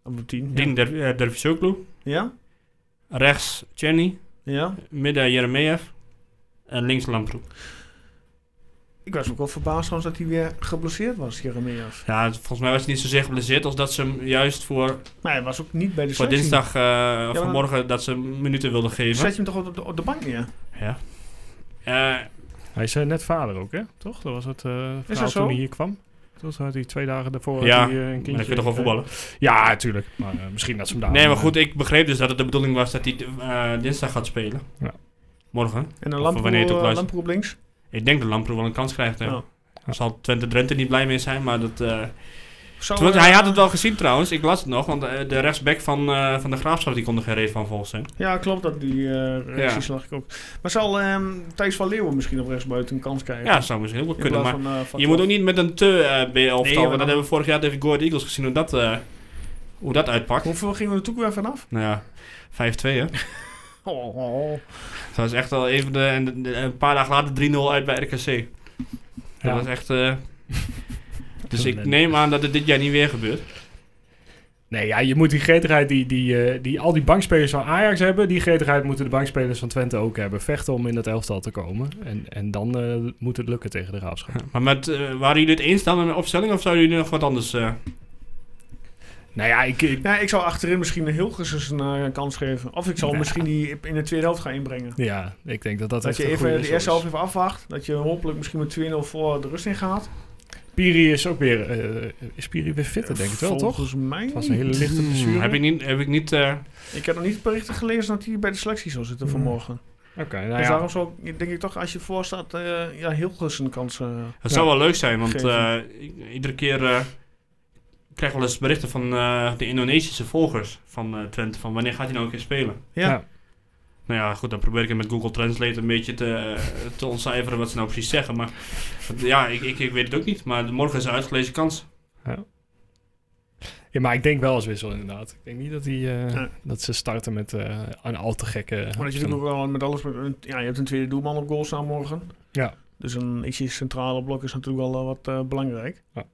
Speaker 1: Op 10.
Speaker 2: Dien der, eh, Dervisoglu.
Speaker 1: Ja?
Speaker 2: Rechts Chenny.
Speaker 1: Ja.
Speaker 2: Midden Jeremejev. En links Lamproek.
Speaker 1: Ik was ook wel verbaasd trouwens dat hij weer geblesseerd was, Jeremias.
Speaker 2: Ja, het- volgens mij was het niet zozeer geblesseerd als dat ze hem juist voor,
Speaker 1: Maar hij was ook niet bij de
Speaker 2: voor
Speaker 1: selectie.
Speaker 2: dinsdag, eh
Speaker 1: maar-
Speaker 2: vanmorgen, dat ze hem minuten wilden geven.
Speaker 1: Zet je hem toch op de, op de bank neer?
Speaker 2: Ja. Eh,
Speaker 3: Hij is eh, net vader ook, hè? Toch? Dat was het eh verhaal
Speaker 1: zo?
Speaker 3: toen hij hier kwam. Toen had hij twee dagen daarvoor had
Speaker 2: Ja,
Speaker 3: hij, eh, een kindje.
Speaker 2: maar dan kun je toch wel voetballen.
Speaker 3: Ja, natuurlijk. Maar eh, misschien dat ze hem daar...
Speaker 2: Nee, maar goed, ik begreep dus dat het de bedoeling was dat hij eh, dinsdag gaat spelen.
Speaker 3: Ja.
Speaker 2: Morgen.
Speaker 1: En dan
Speaker 2: Of wanneer je het ook
Speaker 1: Lamproe,
Speaker 2: luistert.
Speaker 1: Lamproe op links?
Speaker 2: Ik denk dat Lamproek wel een kans krijgt. Hè.
Speaker 1: Ja. Oh,
Speaker 2: Daar zal Twente Drenthe niet blij mee zijn, maar dat... eh,
Speaker 1: Zou,
Speaker 2: Twente-
Speaker 1: eh,
Speaker 2: hij had het wel gezien trouwens, ik las het nog, want eh, de rechtsback van, eh, van de Graafschap die kon er geen reet van volgens zijn.
Speaker 1: Ja, klopt. Dat die eh reacties lag ik ook. Maar zal ehm, Thijs van Leeuwen misschien op rechtsbuiten een kans krijgen?
Speaker 2: Ja, dat zou misschien heel wel
Speaker 1: In
Speaker 2: kunnen,
Speaker 1: plaats
Speaker 2: maar...
Speaker 1: van, eh, van
Speaker 2: Je moet ook
Speaker 1: Klaassen.
Speaker 2: niet met een te eh B-elftal,
Speaker 1: Nee, maar
Speaker 2: want
Speaker 1: dan-
Speaker 2: dat hebben we vorig jaar tegen Go Ahead Eagles gezien, hoe dat, eh, hoe dat uitpakt.
Speaker 1: Hoeveel gingen we er toen weer vanaf?
Speaker 2: Nou ja, 5-2 hè.
Speaker 1: Oh, oh.
Speaker 2: Dat was echt al even, de, en de- de- een paar dagen later 3-0 uit bij RKC. Dat
Speaker 3: Ja.
Speaker 2: was echt... eh, dus ik neem aan dat het dit jaar niet weer gebeurt.
Speaker 3: Nee, ja, je moet die gretigheid die, die, eh, die al die bankspelers van Ajax hebben, die gretigheid moeten de bankspelers van Twente ook hebben. Vechten om in dat elftal te komen. En, en dan eh, moet het lukken tegen de Graafschap.
Speaker 2: Maar met, eh, waren jullie het eens dan met mijn opstelling of zouden jullie nog wat anders... eh,
Speaker 3: Nou ja, ik, ik-
Speaker 1: Ja, ik zou achterin misschien een Hilgers eens een eh, kans geven. Of ik zal
Speaker 3: Ja.
Speaker 1: misschien die in de tweede helft gaan inbrengen.
Speaker 3: ja, ik denk dat dat,
Speaker 1: Dat
Speaker 3: echt
Speaker 1: je
Speaker 3: een
Speaker 1: even
Speaker 3: goede
Speaker 1: de eerste
Speaker 3: wissel
Speaker 1: helft
Speaker 3: is.
Speaker 1: even afwacht. Dat je hopelijk misschien met 2-0 voor de rust in gaat.
Speaker 3: Piri is ook weer, eh, is Piri weer fitter, denk ik wel, toch?
Speaker 1: Volgens mij
Speaker 3: Het was een hele
Speaker 1: niet.
Speaker 3: lichte blessure.
Speaker 2: Hmm. heb ik niet... Heb ik niet eh,
Speaker 1: Ik heb nog niet berichten gelezen dat hij bij de selectie zou zitten
Speaker 3: Hmm.
Speaker 1: vanmorgen.
Speaker 3: Oké, nou
Speaker 1: dus
Speaker 3: ja.
Speaker 1: daarom zou ik, denk ik toch, als je voor staat, eh, ja, Hilgers een kans... eh,
Speaker 2: het
Speaker 3: Ja.
Speaker 2: zou wel leuk zijn, want
Speaker 1: Geven.
Speaker 2: eh, i- iedere keer... eh, ik krijg wel eens berichten van eh, de Indonesische volgers van eh, Twente. Van wanneer gaat hij nou een keer spelen?
Speaker 1: ja.
Speaker 3: Ja.
Speaker 2: Nou ja, goed, dan probeer ik het met Google Translate een beetje te, eh, te ontcijferen wat ze nou precies zeggen. Maar ja, ik, ik, ik weet het ook niet. Maar morgen is een uitgelezen kans.
Speaker 3: ja, maar ik denk wel als wissel inderdaad. Ik denk niet dat, die, eh,
Speaker 1: Ja.
Speaker 3: dat ze starten met eh, een al te gekke...
Speaker 1: Maar dat je natuurlijk ook wel met alles... Met, een- ja, je hebt een tweede doelman op goal staan morgen.
Speaker 3: Ja.
Speaker 1: Dus een ietsje centrale blok is natuurlijk wel eh, wat eh, belangrijk.
Speaker 3: Ja.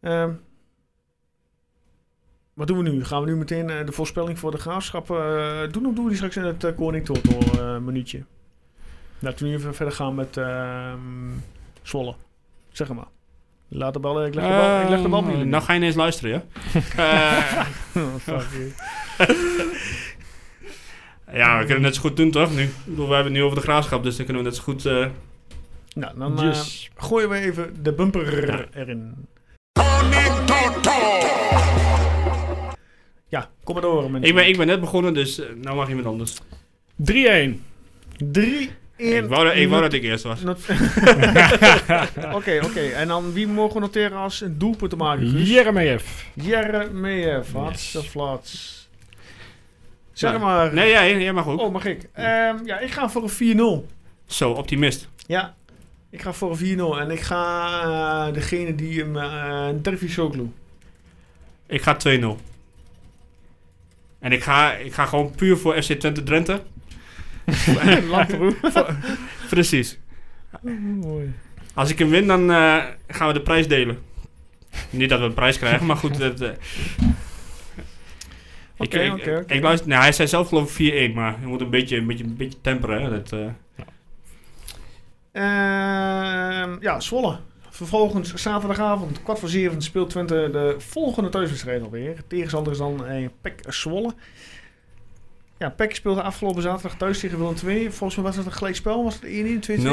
Speaker 1: Ehm, Wat doen we nu? Gaan we nu meteen eh, de voorspelling voor de graafschap eh, doen? Of doen we die straks in het uh, Koning Toto eh, minuutje? Laten we nu even verder gaan met ehm Zwolle. Zeg maar. Laat de bal, eh, ik leg de bal, ik leg de bal bij
Speaker 2: Eh,
Speaker 1: jullie.
Speaker 2: Nou ga je ineens luisteren, ja? Eh,
Speaker 1: Oh, fuck you.
Speaker 2: ja, we kunnen het net zo goed doen, toch? Nu, ik bedoel, we hebben het nu over de graafschap, dus dan kunnen we net zo goed... eh,
Speaker 1: nou, dan eh, gooien we even de bumper erin. Ja, kom maar door mensen.
Speaker 2: ik, ben, ik ben net begonnen, dus eh, nou mag iemand anders.
Speaker 3: 3-1.
Speaker 1: Drie
Speaker 2: Ik
Speaker 1: in...
Speaker 2: wou, dat- ik wou dat ik eerst was.
Speaker 1: Not- Oké, oké. En dan wie mogen we noteren als een doelpunt te maken? Guus?
Speaker 3: Jeremejeff.
Speaker 1: Jeremejeff, hartste
Speaker 3: Yes.
Speaker 1: flats. Zeg
Speaker 2: Ja.
Speaker 1: maar.
Speaker 2: Nee, jij, jij mag ook.
Speaker 1: Oh, mag ik? Ehm, ja, ik ga voor een 4-0.
Speaker 2: Zo, optimist.
Speaker 1: Ja, ik ga voor een 4-0. En ik ga eh, degene die hem... eh een Terfi Soglu.
Speaker 2: Ik ga 2-0. En ik ga, ik ga gewoon puur voor FC Twente Drenthe. Precies.
Speaker 1: Mooi.
Speaker 2: Als ik hem win, dan eh, gaan we de prijs delen. Niet dat we een prijs krijgen, maar goed. Dat, eh, ik-
Speaker 1: Oké,
Speaker 2: ik-
Speaker 1: oké, oké.
Speaker 2: ik luister- nou, hij zei zelf geloof ik 4-1, maar je moet een beetje, een beetje, een beetje temperen. Hè? Dat, eh,
Speaker 1: Ehm, ja, Zwolle. Vervolgens zaterdagavond, kwart voor zeven, speelt Twente de volgende thuiswedstrijd alweer. Tegenstander is dan eh, PEC Zwolle. Ja, PEC speelde afgelopen zaterdag thuis tegen Willem II. Volgens mij was het een gelijkspel. Was het 1-1, 2-2?
Speaker 2: 0-0.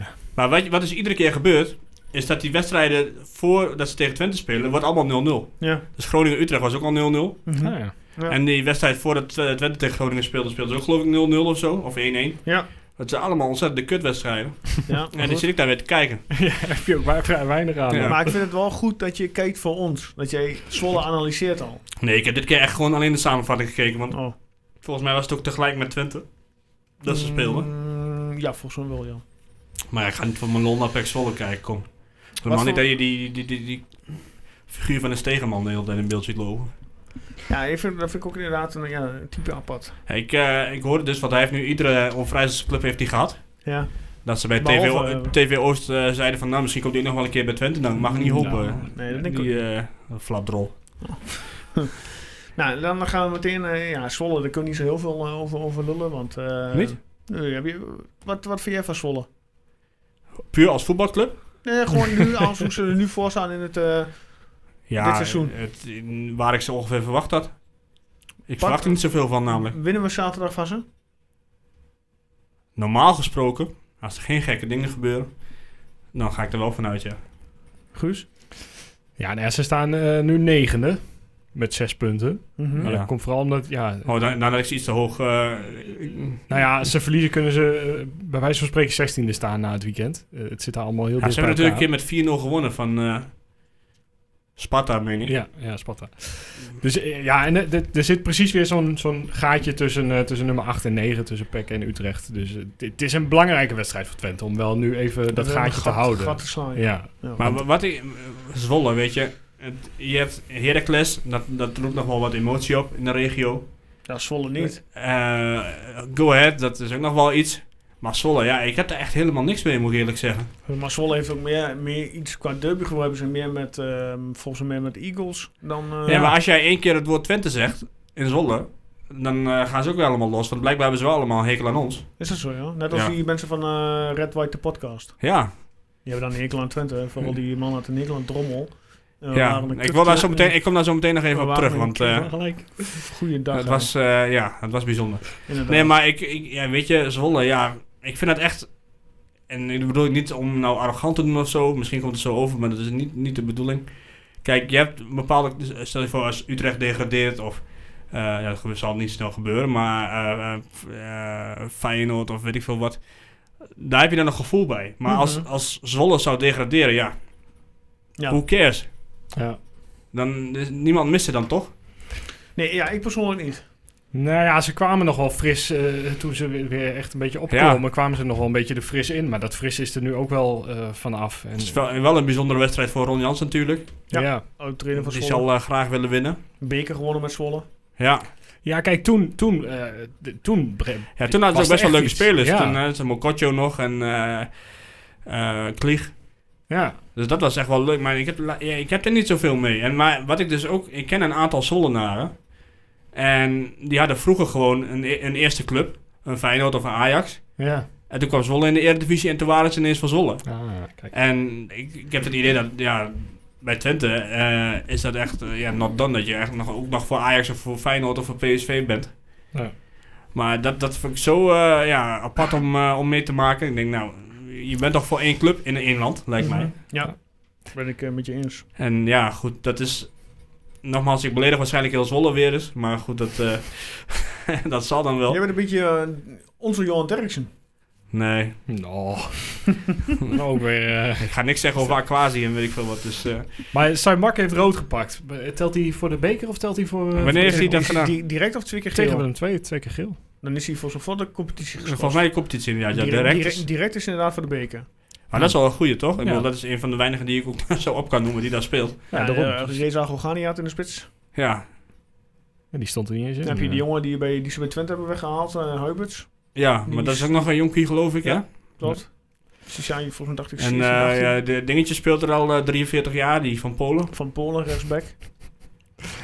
Speaker 1: 0-0?
Speaker 3: 0-0.
Speaker 2: Maar wat, wat is iedere keer gebeurd, is dat die wedstrijden voordat ze tegen Twente spelen, wordt allemaal 0-0.
Speaker 1: Ja.
Speaker 2: Dus Groningen-Utrecht was ook al 0-0.
Speaker 1: Mhm.
Speaker 3: Ah, ja.
Speaker 1: Ja.
Speaker 2: En die wedstrijd voordat eh, Twente tegen Groningen speelde, speelde ze ook geloof ik 0-0 of zo. Of 1-1.
Speaker 1: Ja.
Speaker 2: Dat zijn allemaal ontzettende kutwedstrijden.
Speaker 1: Ja,
Speaker 2: En dan zit ik daar weer te kijken.
Speaker 3: Heb je ook wa- vrij weinig aan.
Speaker 2: Ja.
Speaker 3: hoor.
Speaker 1: Maar ik vind het wel goed dat je kijkt voor ons. Dat jij Zwolle analyseert al.
Speaker 2: Nee, ik heb dit keer echt gewoon alleen de samenvatting gekeken. Want
Speaker 1: Oh.
Speaker 2: volgens mij was het ook tegelijk met Twente. Dat ze speelden.
Speaker 1: Mm, ja, volgens mij wel, ja.
Speaker 2: Maar ja, ik ga niet van mijn lol naar Pek Zwolle kijken, kom. Helemaal
Speaker 1: voor-
Speaker 2: niet dat je die, die, die, die figuur van een stegenman de hele tijd in beeld ziet lopen.
Speaker 1: Ja, ik vind, dat vind ik ook inderdaad een ja, type apart.
Speaker 2: Ik, eh, ik hoorde dus, want hij heeft nu iedere onvrijzendse club heeft die gehad.
Speaker 1: Ja.
Speaker 2: Dat ze bij TV,
Speaker 1: Behalve, eh,
Speaker 2: TV Oost eh, zeiden van, nou misschien komt hij nog wel een keer bij Twente. Nou, ik mag niet hopen.
Speaker 3: Nou,
Speaker 1: Nee, dat denk Mm, ik ook.
Speaker 2: die eh flapdrol.
Speaker 1: Nou, dan gaan we meteen... eh, ja, Zwolle, daar kun je niet zo heel veel eh, over, over lullen, want... eh,
Speaker 2: Niet?
Speaker 1: nee, heb je, wat, wat vind jij van Zwolle?
Speaker 2: Puur als voetbalclub?
Speaker 1: Nee, gewoon nu, als hoe ze er nu voor staan in het... eh,
Speaker 2: Ja,
Speaker 1: Dit seizoen.
Speaker 2: Het, in- waar ik ze ongeveer verwacht had. Ik
Speaker 1: Pak-
Speaker 2: verwacht er niet zoveel van namelijk.
Speaker 1: winnen we zaterdag van ze?
Speaker 2: Normaal gesproken, als er geen gekke dingen gebeuren, dan ga ik er wel vanuit, ja.
Speaker 1: Guus?
Speaker 3: Ja, nou ja, ze staan eh, nu negende. Met zes punten.
Speaker 1: Mhm.
Speaker 3: Maar
Speaker 2: Ja.
Speaker 3: dat komt vooral omdat... Ja,
Speaker 2: Oh, dan, dan had ik ze iets te hoog... eh, ik-
Speaker 3: nou ja, als ze verliezen kunnen ze eh, bij wijze van spreken zestiende staan na het weekend. Eh, het zit daar allemaal heel
Speaker 2: Ja,
Speaker 3: dicht
Speaker 2: ze
Speaker 3: bij
Speaker 2: hebben natuurlijk een
Speaker 3: elkaar.
Speaker 2: keer met 4-0 gewonnen van eh, Sparta, meen ik.
Speaker 3: Ja, ja, Sparta. Dus eh, ja, en eh, dit- er zit precies weer zo'n zo'n gaatje tussen, eh, tussen nummer 8 en 9, tussen PEC en Utrecht. Dus eh, dit- het is een belangrijke wedstrijd voor Twente om wel nu even
Speaker 1: We
Speaker 3: dat
Speaker 1: hebben
Speaker 3: gaatje
Speaker 1: een
Speaker 3: te
Speaker 1: gat-
Speaker 3: houden.
Speaker 1: Gat te slaan, ja.
Speaker 3: Ja,
Speaker 1: Ja.
Speaker 2: Maar wa- wat ik... eh, Zwolle, weet je. Het- je hebt Heracles, dat, dat roept nog wel wat emotie op in de regio.
Speaker 1: ja, Zwolle niet.
Speaker 2: Eh, go ahead, dat is ook nog wel iets. Maar Zwolle, ja, ik heb er echt helemaal niks mee, moet ik eerlijk zeggen.
Speaker 1: Maar Zwolle heeft ook meer, meer iets qua derby hebben Ze meer met, ehm, volgens mij meer met Eagles dan... eh,
Speaker 2: Ja, maar als jij één keer het woord Twente zegt in Zwolle, dan eh, gaan ze ook weer allemaal los. Want blijkbaar hebben ze wel allemaal een hekel aan ons.
Speaker 1: Is dat zo, ja? Net als
Speaker 2: Ja.
Speaker 1: die mensen van eh, Red White, de podcast.
Speaker 2: Ja,
Speaker 1: Die hebben dan Nederland Twente, vooral die man uit de Nederland Drommel. Eh,
Speaker 2: ja.
Speaker 1: waren een
Speaker 2: Ik, wil daar zo
Speaker 1: kutclub,
Speaker 2: meteen,
Speaker 1: eh,
Speaker 2: ik kom daar zo meteen nog even
Speaker 1: we
Speaker 2: op
Speaker 1: waren
Speaker 2: terug,
Speaker 1: een
Speaker 2: want
Speaker 1: keer
Speaker 2: eh,
Speaker 1: van gelijk. Goeiedag.
Speaker 2: het,
Speaker 1: hè.
Speaker 2: was, eh, ja, het was bijzonder.
Speaker 1: Inderdaad.
Speaker 2: Nee, maar ik, ik ja, weet je, Zwolle, ja, ik vind dat echt... En ik bedoel niet om nou arrogant te doen of zo. Misschien komt het zo over, maar dat is niet, niet de bedoeling. Kijk, je hebt een bepaalde... dus, eh, Stel je voor als Utrecht degradeert of... eh, ja, dat gebe- zal niet snel gebeuren, maar eh, eh, f- eh, Feyenoord of weet ik veel wat. Daar heb je dan een gevoel bij. Maar als,
Speaker 1: Mhm.
Speaker 2: als Zwolle zou degraderen, ja,
Speaker 1: Ja.
Speaker 2: who cares?
Speaker 3: ja.
Speaker 2: Dan, is- niemand mist ze dan toch?
Speaker 1: Nee, ja, ik persoonlijk niet.
Speaker 3: Nou ja, ze kwamen nog wel fris. eh, toen ze weer- weer echt een beetje opkomen, kwamen ze nog wel een beetje er fris in. Maar dat fris is er nu ook wel eh, vanaf. En,
Speaker 2: Het is wel, wel een bijzondere wedstrijd voor Ron Jans natuurlijk.
Speaker 1: ja.
Speaker 3: ja. Ja.
Speaker 1: Oud trainer van
Speaker 2: Die
Speaker 1: Zwolle.
Speaker 2: zal eh, graag willen winnen.
Speaker 1: Beker gewonnen met Zwolle.
Speaker 2: Ja.
Speaker 3: kijk, toen... toen, eh, de- toen bre-
Speaker 2: Ja, toen hadden
Speaker 3: was
Speaker 2: ze ook best wel
Speaker 3: er
Speaker 2: leuke eh,
Speaker 3: echt iets.
Speaker 2: spelers.
Speaker 3: Ja.
Speaker 2: Toen hadden ze Mokotjo nog en eh eh Klieg.
Speaker 3: ja.
Speaker 2: Dus dat was echt wel leuk. Maar ik heb, la- ja, ik heb er niet zoveel mee. En, maar wat ik dus ook... Ik ken een aantal Zollenaren. En die hadden vroeger gewoon een, e- een eerste club. Een Feyenoord of een Ajax.
Speaker 1: Ja.
Speaker 2: En toen kwam Zwolle in de Eredivisie en toen waren ze ineens van Zwolle.
Speaker 3: Ah, kijk.
Speaker 2: En ik, ik heb het idee dat... Ja, bij Twente eh, is dat echt eh, ja, not done. Dat je echt nog, ook nog voor Ajax of voor Feyenoord of voor PSV bent.
Speaker 3: Ja.
Speaker 2: Maar dat, dat vind ik zo eh, ja, apart om, eh, om mee te maken. Ik denk, nou, je bent toch voor één club in één land, lijkt
Speaker 1: Mhm.
Speaker 2: mij.
Speaker 1: Ja. Ben ik eh, met je eens.
Speaker 2: En ja, goed, dat is... Nogmaals, ik beledig waarschijnlijk heel Zwolle weer eens. Maar goed, dat, eh, dat zal dan wel.
Speaker 1: Jij bent een beetje eh, onze Johan Derksen.
Speaker 2: Nee,
Speaker 3: Nou, ook weer... eh.
Speaker 2: ik ga niks zeggen over Aquasi en weet ik veel wat. Dus, eh,
Speaker 3: Maar Saimak heeft rood gepakt. Telt hij voor de beker of telt hij voor...
Speaker 2: Wanneer
Speaker 3: eh, voor de-
Speaker 2: heeft hij dat
Speaker 1: Is hij
Speaker 2: gedaan?
Speaker 1: di- direct of twee keer geel?
Speaker 3: Tegen hem twee, twee keer geel.
Speaker 1: Dan is hij voor voor de competitie geschorst.
Speaker 2: volgens mij komt iets in. Ja, ja,
Speaker 1: Direct-
Speaker 2: direct.
Speaker 1: direct,
Speaker 2: is-
Speaker 1: direct is inderdaad voor de beker.
Speaker 2: Maar dat is wel een goede, toch? Ik
Speaker 3: Ja.
Speaker 2: bedoel, dat is een van de weinigen die ik ook zo op kan noemen die daar speelt.
Speaker 3: Ja,
Speaker 1: Ja,
Speaker 3: daarom.
Speaker 1: eh, Reza Golgani had in de spits.
Speaker 2: Ja,
Speaker 3: Ja, die stond er niet eens in.
Speaker 1: Dan heb je die
Speaker 3: eh.
Speaker 1: jongen die, bij, die ze bij Twente hebben weggehaald, eh Huiberts.
Speaker 2: ja maar dat is ook nog een jonkie, geloof ik, hè?
Speaker 1: Ja. Klopt. Die zijn hier volgens mij dacht ik
Speaker 2: En
Speaker 1: 17,
Speaker 2: eh,
Speaker 1: 18.
Speaker 2: ja, de dingetje speelt er al eh, 43 jaar, die van Polen.
Speaker 1: Van Polen, rechtsback.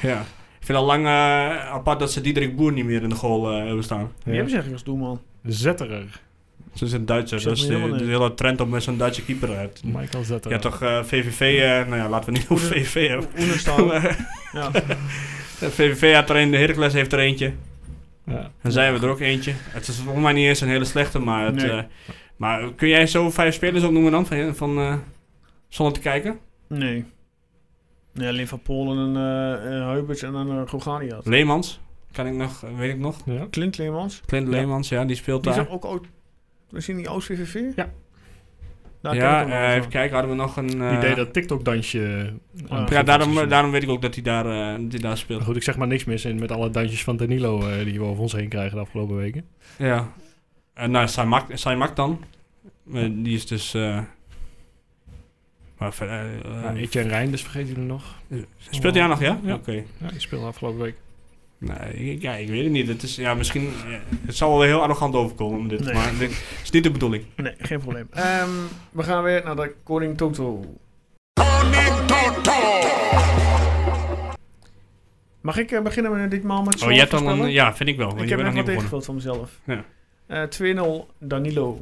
Speaker 2: Ja. Ik vind al lang eh, apart dat ze Diederik Boer niet meer in de goal eh, hebben staan.
Speaker 1: Die hebben ze eigenlijk als doelman.
Speaker 3: Zetterer.
Speaker 2: Ze is een Duitser,
Speaker 1: Zet
Speaker 2: dat is
Speaker 1: me
Speaker 2: de,
Speaker 1: helemaal
Speaker 2: de
Speaker 1: neer.
Speaker 2: hele trend om met zo'n Duitse keeper uit.
Speaker 3: Michael
Speaker 2: Ja,
Speaker 3: Zetterer.
Speaker 2: toch eh, VVV, eh, nou ja, laten we niet over VVV hebben.
Speaker 1: Oenestal.
Speaker 2: Maar,
Speaker 1: ja.
Speaker 2: eh, VVV had er een, de Heracles heeft er eentje.
Speaker 3: Ja.
Speaker 2: En zij hebben er ook eentje. Het is volgens mij niet eens een hele slechte, maar, het,
Speaker 1: Nee.
Speaker 2: eh, maar kun jij zo vijf spelers opnoemen dan, van, van, eh, zonder te kijken?
Speaker 1: Nee. Nee, alleen van Polen en eh eh, Huiberts en dan uh, Golgani had.
Speaker 2: Leemans, kan ik nog, weet ik nog.
Speaker 3: Ja.
Speaker 1: Clint Leemans.
Speaker 2: Clint
Speaker 1: Ja.
Speaker 2: Leemans, ja, die speelt
Speaker 1: Die is
Speaker 2: daar.
Speaker 1: toch ook oud... Is hij niet oud-VVV?
Speaker 3: Ja.
Speaker 1: Daar ken
Speaker 2: ja,
Speaker 1: ik hem
Speaker 2: eh,
Speaker 1: wel
Speaker 2: even
Speaker 1: van.
Speaker 2: kijken, hadden we nog een... eh,
Speaker 3: Die deed dat TikTok-dansje. eh, aan het
Speaker 2: Ja,
Speaker 3: begin van het
Speaker 2: daarom,
Speaker 3: seizoen.
Speaker 2: daarom weet ik ook dat hij daar, eh, dat hij daar speelt.
Speaker 3: Maar goed, ik zeg maar niks mis in met alle dansjes van Danilo eh, die we over ons heen krijgen de afgelopen weken.
Speaker 2: Ja. En nou, Saimak, Saimak dan. Eh, die is dus... eh, maar ver- eh, eh,
Speaker 3: Ja, Etienne Rijn, dus vergeet jullie nog.
Speaker 2: speelt hij aan nog, ja?
Speaker 3: Ja.
Speaker 2: Oké.
Speaker 3: Ja, die speelde afgelopen week.
Speaker 2: Nee, ik- ja, ik weet het niet. Het, is, ja, misschien, ja, het zal wel weer heel arrogant overkomen, dit.
Speaker 1: Nee.
Speaker 2: Maar dit is niet de bedoeling.
Speaker 1: Nee, geen probleem. Ehm, we gaan weer naar de Koning Toto. Mag ik eh, beginnen met ditmaal met
Speaker 2: Oh, je hebt dan
Speaker 1: voorspellen?
Speaker 2: een... Ja, vind ik wel. want
Speaker 1: Ik
Speaker 2: je
Speaker 1: heb
Speaker 2: bent
Speaker 1: net
Speaker 2: nog
Speaker 1: wat
Speaker 2: niet begonnen.
Speaker 1: tegengevuld van mezelf.
Speaker 2: Ja.
Speaker 1: Eh, 2-0 Danilo.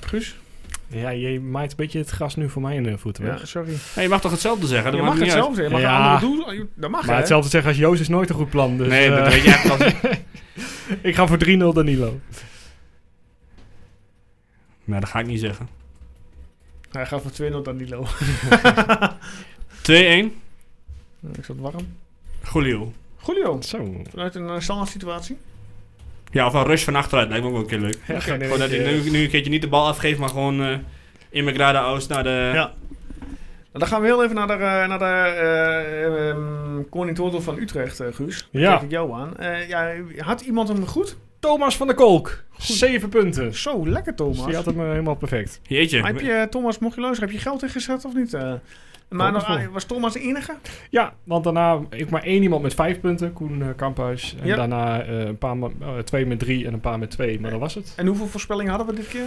Speaker 1: Guus?
Speaker 3: Ja, je maait een beetje het gras nu voor mij in de voeten weg.
Speaker 1: Ja, sorry.
Speaker 2: Nee, je mag toch hetzelfde zeggen?
Speaker 1: Je
Speaker 2: Dat
Speaker 1: mag
Speaker 2: maakt niet uit.
Speaker 1: hetzelfde zeggen. Je mag
Speaker 3: Ja.
Speaker 1: een andere doel. Dat mag,
Speaker 3: maar
Speaker 1: hè?
Speaker 3: hetzelfde zeggen als Joost is nooit een goed plan. Dus,
Speaker 2: nee, dat
Speaker 3: eh,
Speaker 2: weet je echt wel.
Speaker 3: ik ga voor 3-0 Danilo.
Speaker 2: Nou, dat ga ik niet zeggen.
Speaker 1: Hij gaat voor 2-0 Danilo.
Speaker 2: 2-1,
Speaker 1: Ik zat warm.
Speaker 2: Julio.
Speaker 1: Julio,
Speaker 3: Zo.
Speaker 1: vanuit een eh, standaard situatie.
Speaker 2: Ja, of een rush van achteruit lijkt me ook wel een keer leuk.
Speaker 1: Ja,
Speaker 2: Gewoon dat hij nu, nu een keertje niet de bal afgeeft, maar gewoon eh in Megrada Oost naar de...
Speaker 1: Ja. Nou, dan gaan we heel even naar de, eh, naar de eh, ehm, Koning Toto van Utrecht, eh, Guus. Dan
Speaker 3: Ja.
Speaker 1: kijk ik jou aan. Eh, ja, had iemand hem goed?
Speaker 3: Thomas van der Kolk. 7 punten.
Speaker 1: Zo, lekker Thomas.
Speaker 3: Dus Die had hem eh, helemaal perfect.
Speaker 2: Jeetje.
Speaker 1: Maar heb je, eh, Thomas, mocht je luisteren, heb je geld ingezet of niet? Eh, maar nog,
Speaker 3: wel.
Speaker 1: was Thomas de enige?
Speaker 3: Ja, want daarna ik maar één iemand met vijf punten, Koen eh, Kamphuis. En
Speaker 1: Ja.
Speaker 3: daarna eh, een paar ma- eh, twee met drie en een paar met twee, maar dat was het.
Speaker 1: En hoeveel voorspellingen hadden we dit keer?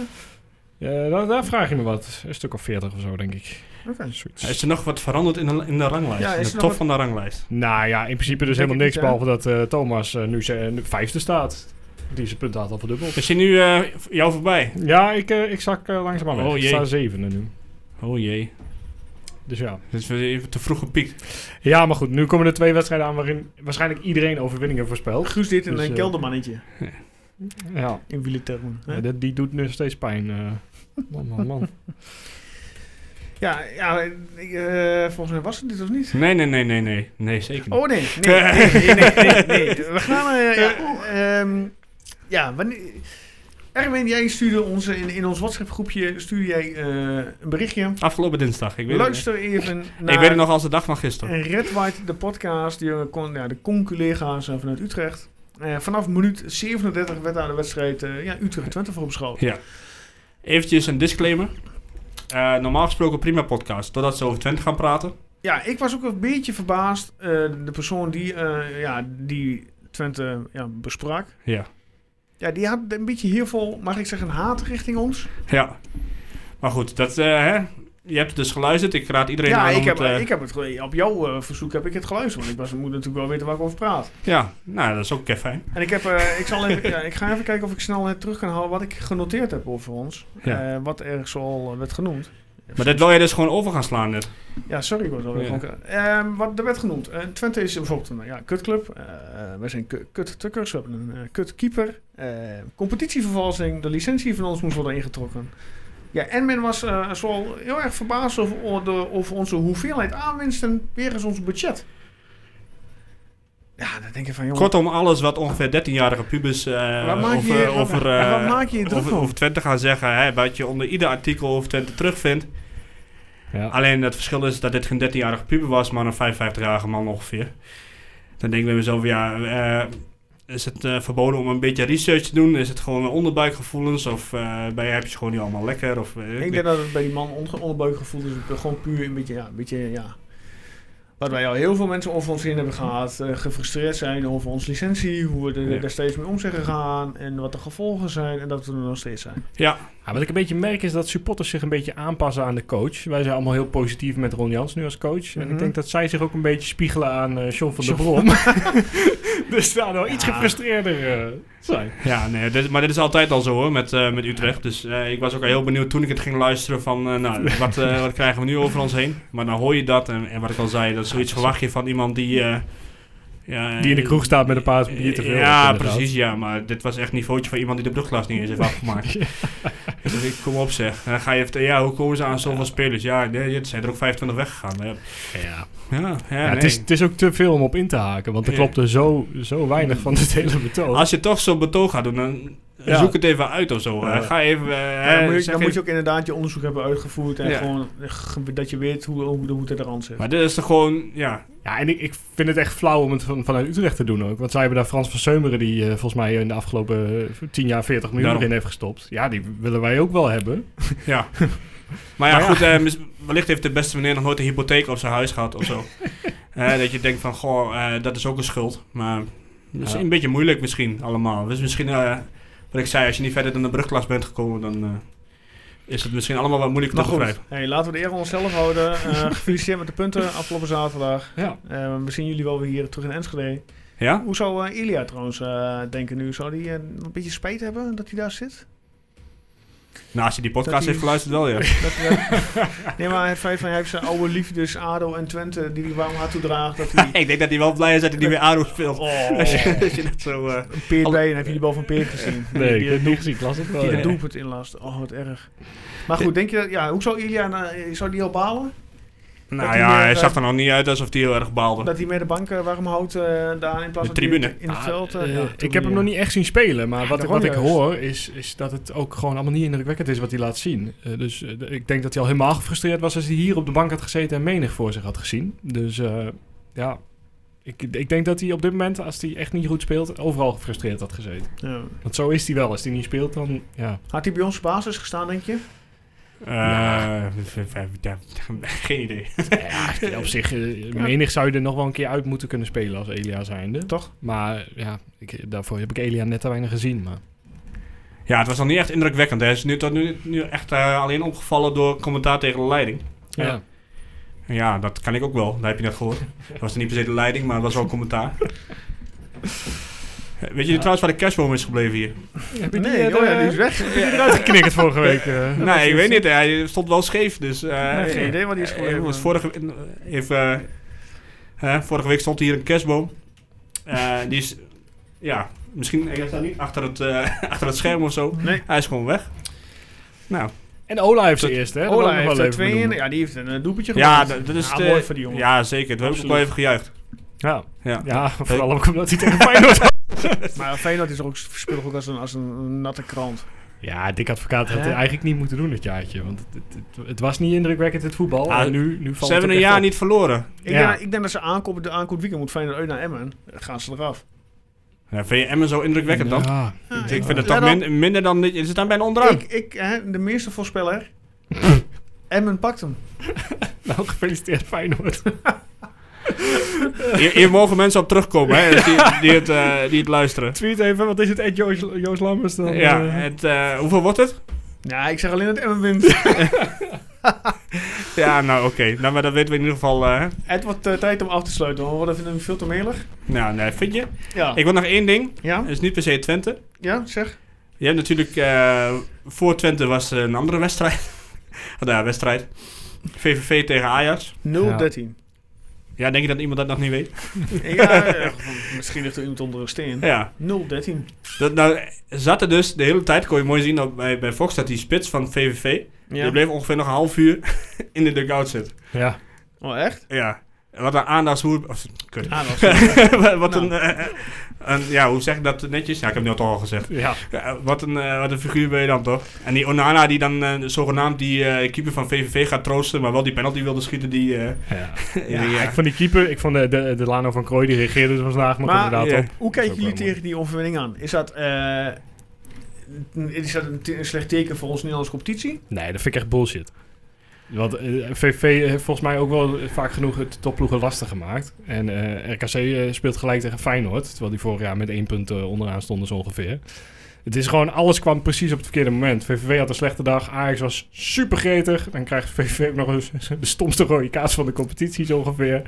Speaker 3: Eh, daar, daar vraag je me wat. Een stuk of veertig of zo, denk ik.
Speaker 1: Oké.
Speaker 3: Zoiets.
Speaker 2: Is er nog wat veranderd in de, in de ranglijst?
Speaker 1: Ja, is
Speaker 2: in de
Speaker 1: er nog
Speaker 2: top
Speaker 1: wat-
Speaker 2: van de ranglijst.
Speaker 3: Nou ja, in principe dus
Speaker 1: Denk
Speaker 3: helemaal niks,
Speaker 1: ik niet, hè?
Speaker 3: behalve dat eh, Thomas eh, nu, ze- nu vijfde staat. Die zijn punten had al verdubbeld.
Speaker 2: Is hij nu eh, jou voorbij?
Speaker 3: Ja, ik, eh, ik zak eh, langzaam aan weg.
Speaker 2: Oh,
Speaker 3: ik
Speaker 2: jee.
Speaker 3: sta zevende nu.
Speaker 2: Oh jee.
Speaker 3: Dus ja.
Speaker 2: Dit is weer even te vroeg gepiekt.
Speaker 3: Ja, maar goed, nu komen er twee wedstrijden aan waarin waarschijnlijk iedereen overwinningen voorspelt.
Speaker 1: Guus dit in
Speaker 3: Dus,
Speaker 1: een
Speaker 3: eh,
Speaker 1: keldermannetje.
Speaker 3: Ja,
Speaker 1: In wielertermen. hè?
Speaker 3: eh, dat, die doet nu steeds pijn. eh. Man, man, man.
Speaker 1: Ja, ja ik, eh, volgens mij was het dit of niet?
Speaker 2: Nee, nee, nee, nee, nee. Nee, zeker niet.
Speaker 1: Oh nee, nee, nee, nee, nee, nee. We gaan, eh, ja, ehm, ja, wanneer... Erwin, jij stuurde ons in, in ons WhatsApp groepje stuurde jij, eh, een berichtje.
Speaker 2: Afgelopen dinsdag. Ik weet, het,
Speaker 1: Luister even
Speaker 2: nog.
Speaker 1: naar...
Speaker 2: ik weet het nog als de dag van gisteren.
Speaker 1: En Red White, de podcast, die, eh, kon, ja, de con-collega's eh, vanuit Utrecht. Eh, vanaf minuut 37 werd daar de wedstrijd eh, ja, Utrecht-Twente voor beschouwd.
Speaker 2: Ja. Eventjes een disclaimer. Eh, normaal gesproken prima podcast. Totdat ze over Twente gaan praten.
Speaker 1: Ja, ik was ook een beetje verbaasd. eh, de persoon die, eh, ja, die Twente ja, besprak,
Speaker 2: Ja.
Speaker 1: ja, die had een beetje heel veel, mag ik zeggen, haat richting ons.
Speaker 2: Ja. Maar goed, dat, eh, hè? je hebt dus geluisterd. Ik raad iedereen
Speaker 1: Ja,
Speaker 2: aan om
Speaker 1: ik heb,
Speaker 2: het, eh,
Speaker 1: ik heb het ge- op jouw eh, verzoek heb ik het geluisterd. Want ik was, moet natuurlijk wel weten waar ik over praat.
Speaker 2: Ja, nou, dat is ook keer fijn.
Speaker 1: En ik, heb, eh, ik, zal even, ja, ik ga even kijken of ik snel net terug kan halen wat ik genoteerd heb over ons.
Speaker 2: Ja.
Speaker 1: Eh, wat er zoal eh, werd genoemd.
Speaker 2: Maar dat wil je dus gewoon over gaan slaan net.
Speaker 1: Ja, sorry, ik was alweer
Speaker 2: Ja.
Speaker 1: dronken. Ehm, wat er werd genoemd. Eh, Twente is bijvoorbeeld een ja, kutclub. Eh, we zijn ku- kuttukkers, we hebben een eh, kutkeeper. Eh, competitievervalsing, de licentie van ons moest worden ingetrokken. Ja, en men was eh zoal heel erg verbaasd over, o- de- over onze hoeveelheid aanwinsten wegens ons budget. Ja, dan denk je van, jongen,
Speaker 2: Kortom, alles wat ongeveer 13-jarige pubers eh,
Speaker 1: Wat maak je
Speaker 2: over,
Speaker 1: je- wat-
Speaker 2: over,
Speaker 1: en
Speaker 2: eh,
Speaker 1: wat maak je je druk
Speaker 2: over,
Speaker 1: om?
Speaker 2: over Twente gaan zeggen, hè, wat je onder ieder artikel over Twente terugvindt.
Speaker 3: Ja.
Speaker 2: Alleen het verschil is dat dit geen 13-jarige puber was, maar een 55-jarige man ongeveer. Dan denken we mezelf, van, ja, eh, is het eh, verboden om een beetje research te doen? Is het gewoon onderbuikgevoelens? Of eh ben je, heb je ze gewoon niet allemaal lekker? Of, eh, ik
Speaker 1: Ik
Speaker 2: weet-
Speaker 1: denk dat het bij die man onge- onderbuikgevoel is. Het Gewoon puur een beetje, ja, een beetje, ja. Wat wij al heel veel mensen over ons heen hebben gehad. eh, gefrustreerd zijn over onze licentie. Hoe we er
Speaker 2: Ja.
Speaker 1: daar steeds mee om zijn gegaan. En wat de gevolgen zijn. En dat we er nog steeds zijn.
Speaker 2: Ja,
Speaker 3: Ja, wat ik een beetje merk is dat supporters zich een beetje aanpassen aan de coach. Wij zijn allemaal heel positief met Ron Jans nu als coach. En
Speaker 1: Mhm.
Speaker 3: ik denk dat zij zich ook een beetje spiegelen aan eh John van der Brom. dus daar nou iets
Speaker 1: Ja.
Speaker 3: gefrustreerder eh, zijn.
Speaker 2: Ja, nee, dit- maar dit is altijd al zo hoor, met, eh, met Utrecht. Dus eh, ik was ook al heel benieuwd toen ik het ging luisteren van, eh, nou, wat, eh, wat krijgen we nu over ons heen? Maar dan hoor je dat en, en wat ik al zei, dat is zoiets verwacht je van iemand die... eh, ja, eh,
Speaker 3: Die in de kroeg staat met een paar bier te veel.
Speaker 2: Ja,
Speaker 3: inderdaad.
Speaker 2: precies, ja. Maar dit was echt niveautje van iemand die de brugklas niet eens heeft afgemaakt. Dus ik kom op zeg. En dan ga je even, ja, hoe komen ze aan zoveel spelers? Ja, nee, het zijn er ook 25 weggegaan. Ja,
Speaker 3: Ja.
Speaker 2: ja, ja,
Speaker 3: Ja, het,
Speaker 2: nee.
Speaker 3: is, het is ook te veel om op in te haken, want er
Speaker 2: Ja.
Speaker 3: klopt er zo, zo weinig van het hele betoog.
Speaker 2: Als je toch zo'n betoog gaat doen, dan
Speaker 3: Ja.
Speaker 2: zoek het even uit of zo. hè.
Speaker 3: Ja.
Speaker 2: Ga even... eh,
Speaker 1: Ja, dan moet je,
Speaker 2: zeg
Speaker 1: dan moet
Speaker 2: even-
Speaker 1: je ook inderdaad je onderzoek hebben uitgevoerd. En
Speaker 2: Ja.
Speaker 1: gewoon eh, ge- dat je weet hoe, hoe, hoe het er aan zit.
Speaker 2: Maar dit is toch gewoon, ja,
Speaker 3: Ja, en ik, ik vind het echt flauw om het van, vanuit Utrecht te doen ook. Want zij hebben daar Frans van Seumeren, die eh, volgens mij in de afgelopen eh, 10 jaar 40 miljoen
Speaker 2: Daarom.
Speaker 3: in heeft gestopt. Ja, die willen wij ook wel hebben.
Speaker 2: ja. Maar ja,
Speaker 3: Maar ja.
Speaker 2: goed, eh, mis- wellicht heeft de beste meneer nog nooit een hypotheek op zijn huis gehad of zo. Eh, dat je denkt van, goh, eh, dat is ook een schuld. Maar het is
Speaker 3: Ja.
Speaker 2: een beetje moeilijk misschien allemaal. Dus misschien, eh, wat ik zei, als je niet verder dan de brugklas bent gekomen, dan eh, is het misschien allemaal wat moeilijk te
Speaker 1: Maar
Speaker 2: begrijpen.
Speaker 1: hey, laten we de eer aan onszelf houden. Eh, gefeliciteerd met de punten afgelopen zaterdag.
Speaker 3: Ja.
Speaker 1: Eh, we zien jullie wel weer hier terug in Enschede.
Speaker 2: Ja?
Speaker 1: Hoe zou eh, Ilia trouwens eh, denken nu? Zou die eh, een beetje spijt hebben dat hij daar zit?
Speaker 2: Nou, als je die podcast
Speaker 1: Dat die-
Speaker 2: heeft geluisterd wel, ja.
Speaker 1: Dat, dat- nee, maar het feit van hij heeft zijn oude liefdes, ADO en Twente, die hij warm hart toedraagt, dat hij
Speaker 2: ik denk dat hij wel blij is dat hij niet meer ADO speelt.
Speaker 1: Oh.
Speaker 2: Als, je, als je dat zo... eh,
Speaker 1: een peer bij en heb je die bal van peer gezien. die,
Speaker 3: Nee, ik heb
Speaker 1: die,
Speaker 3: het niet gezien, ik las het wel.
Speaker 1: die de
Speaker 3: ja.
Speaker 1: doelpunt inlast. Oh, wat erg. Maar goed, denk je dat, ja, hoe zou Ilja, na- zou die al balen?
Speaker 2: nou
Speaker 1: hij,
Speaker 2: ja,
Speaker 1: eh,
Speaker 2: hij zag er nog niet uit alsof hij heel erg baalde.
Speaker 1: Dat hij met de bank eh, warm houdt eh, daar in plaats
Speaker 2: De
Speaker 1: van die
Speaker 2: tribune.
Speaker 1: het in het
Speaker 3: Ah,
Speaker 1: veld. eh,
Speaker 3: eh,
Speaker 1: ja,
Speaker 3: ik
Speaker 1: tribune,
Speaker 3: heb hem
Speaker 1: ja.
Speaker 3: nog niet echt zien spelen, maar wat, ik-
Speaker 1: daarom
Speaker 3: wat ik
Speaker 1: juist.
Speaker 3: hoor is, is dat het ook gewoon allemaal niet indrukwekkend is wat hij laat zien. Eh, dus eh, d- ik denk dat hij al helemaal gefrustreerd was als hij hier op de bank had gezeten en menig voor zich had gezien. Dus eh, ja, ik, ik denk dat hij op dit moment, als hij echt niet goed speelt, overal gefrustreerd had gezeten.
Speaker 1: Ja.
Speaker 3: Want zo is hij wel. Als hij niet speelt, dan ja.
Speaker 1: Had hij bij ons basis gestaan, denk je?
Speaker 2: Eh, ja, geen idee.
Speaker 3: Ja, op zich, eh, menig zou je er nog wel een keer uit moeten kunnen spelen als Elia zijnde.
Speaker 1: Toch?
Speaker 3: Maar ja, ik, eh, daarvoor heb ik Elia net te weinig gezien. Maar
Speaker 2: Ja, het was nog niet echt indrukwekkend. Hij is nu, tot nu, nu echt eh, alleen opgevallen door commentaar tegen de leiding.
Speaker 3: ja, ja.
Speaker 2: En Ja, dat kan ik ook wel. Dat heb je net gehoord. Dat was er niet per se de leiding, maar het was wel commentaar. Eh, Weet je trouwens waar de cashboom is gebleven hier?
Speaker 3: Heb eh,
Speaker 1: Nee, oh ja, die is weg.
Speaker 3: uitgeknikkerd vorige week. eh?
Speaker 2: nee, ik weet niet. Hij stond wel scheef, dus... eh,
Speaker 1: Nee, geen idee waar die is
Speaker 2: eh,
Speaker 1: gebleven.
Speaker 2: was vorige, eh, heeft, eh, hè, vorige week stond hier een kerstboom. Eh, die is... Ja, misschien... Hij staat niet achter het, eh, achter het scherm of zo.
Speaker 1: Nee.
Speaker 2: Hij is gewoon weg. Nou,
Speaker 3: En Ola heeft ze eerst, hè? Dat
Speaker 1: Ola
Speaker 3: wou ik nog
Speaker 1: heeft
Speaker 3: wel
Speaker 1: er
Speaker 3: even
Speaker 1: twee in.
Speaker 3: benoemen.
Speaker 1: Ja, die heeft een eh, doelpuntje
Speaker 2: Ja,
Speaker 1: gemaakt.
Speaker 2: dat, dat is
Speaker 1: Ja,
Speaker 2: de-
Speaker 1: mooi voor die jongen.
Speaker 2: Ja, zeker. Dat heb ik ook wel even gejuicht.
Speaker 3: Ja,
Speaker 2: Ja.
Speaker 3: ja vooral ook omdat hij tegen Feyenoord had.
Speaker 1: Maar Feyenoord is er ook speelt ook als een, als een natte krant.
Speaker 3: Ja, Dick Advocaat had
Speaker 1: Hè?
Speaker 3: het eigenlijk niet moeten doen dit jaartje. Want het, het, het, het was niet indrukwekkend, het voetbal.
Speaker 2: Ah,
Speaker 3: en nu, nu valt
Speaker 2: Ze hebben
Speaker 3: het
Speaker 2: een
Speaker 3: echt
Speaker 2: jaar
Speaker 3: op.
Speaker 2: niet verloren.
Speaker 1: Ik,
Speaker 3: Ja.
Speaker 1: denk, ik denk dat ze aankomen, de aankomend weekend moet Feyenoord uit naar Emmen. Dan gaan ze eraf.
Speaker 2: Ja, vind je Emmen zo indrukwekkend dan?
Speaker 3: Ja.
Speaker 2: Ik vind het
Speaker 1: Ja,
Speaker 2: toch
Speaker 1: dan-
Speaker 2: min- minder dan... dit- Is het dan bijna onderaan?
Speaker 1: Ik, ik hè, de meeste voorspeller. Emmen pakt hem.
Speaker 3: Nou, gefeliciteerd Feyenoord.
Speaker 2: Hier, hier mogen mensen op terugkomen, hè, die, die, het, eh, die het luisteren.
Speaker 3: Tweet even, wat is het, Ed Joost, Joost Lammers dan?
Speaker 2: Ja,
Speaker 3: eh,
Speaker 2: het, eh, hoeveel wordt het?
Speaker 1: Ja, ik zeg alleen dat Emmen wint.
Speaker 2: Ja, nou oké. Nou, maar dat weten we in ieder geval. eh, hè.
Speaker 1: Het wordt eh, tijd om af te sluiten, want we worden even veel te melig.
Speaker 2: nou, nee, vind je?
Speaker 1: Ja.
Speaker 2: Ik wil nog één ding.
Speaker 1: ja,
Speaker 2: Het is niet per se Twente.
Speaker 1: ja, zeg.
Speaker 2: Je hebt natuurlijk... eh, voor Twente was er een andere wedstrijd. nou ja, wedstrijd. VVV tegen Ajax.
Speaker 1: 0-13.
Speaker 2: Ja, denk je dat iemand dat nog niet weet?
Speaker 1: Ja, eh, misschien ligt er iemand onder een steen.
Speaker 2: Ja.
Speaker 1: 0-13.
Speaker 2: Dat, nou, zat er dus de hele tijd, kon je mooi zien op, bij, bij Fox, dat die spits van VVV, die
Speaker 1: Ja.
Speaker 2: bleef ongeveer nog een half uur in de dugout zitten.
Speaker 3: Ja.
Speaker 1: Oh, echt?
Speaker 2: Ja. Wat een aandachtshoer... of, kut.
Speaker 1: Ah, dat was-
Speaker 2: Wat- wat
Speaker 1: Nou.
Speaker 2: een, eh, eh, een... Ja, hoe zeg ik dat netjes? Ja, ik heb het net al gezegd.
Speaker 3: Ja.
Speaker 2: Ja, wat, een, eh, wat een figuur ben je dan toch? En die Onana die dan eh, zogenaamd die eh, keeper van VVV gaat troosten, maar wel die penalty wilde schieten die... eh,
Speaker 3: ja.
Speaker 2: ja,
Speaker 3: Ik vond die keeper, ik vond de, de, de Lano van Krooi, die reageerde er vandaag nog
Speaker 1: Maar,
Speaker 3: inderdaad
Speaker 2: ja.
Speaker 3: op.
Speaker 1: Hoe
Speaker 3: ook
Speaker 1: kijken jullie
Speaker 3: wel mooi.
Speaker 1: tegen die overwinning aan? Is dat, eh, is dat een, te- een slecht teken voor onze Nederlandse competitie?
Speaker 3: Nee, dat vind ik echt bullshit. Want eh, VV heeft volgens mij ook wel vaak genoeg het topploegen lastig gemaakt. En eh, RKC eh, speelt gelijk tegen Feyenoord. Terwijl die vorig jaar met één punt eh, onderaan stonden zo ongeveer. Het is gewoon, alles kwam precies op het verkeerde moment. VVV had een slechte dag, Ajax was super gretig. Dan krijgt VVV ook nog eens de stomste rode kaas van de competitie zo ongeveer.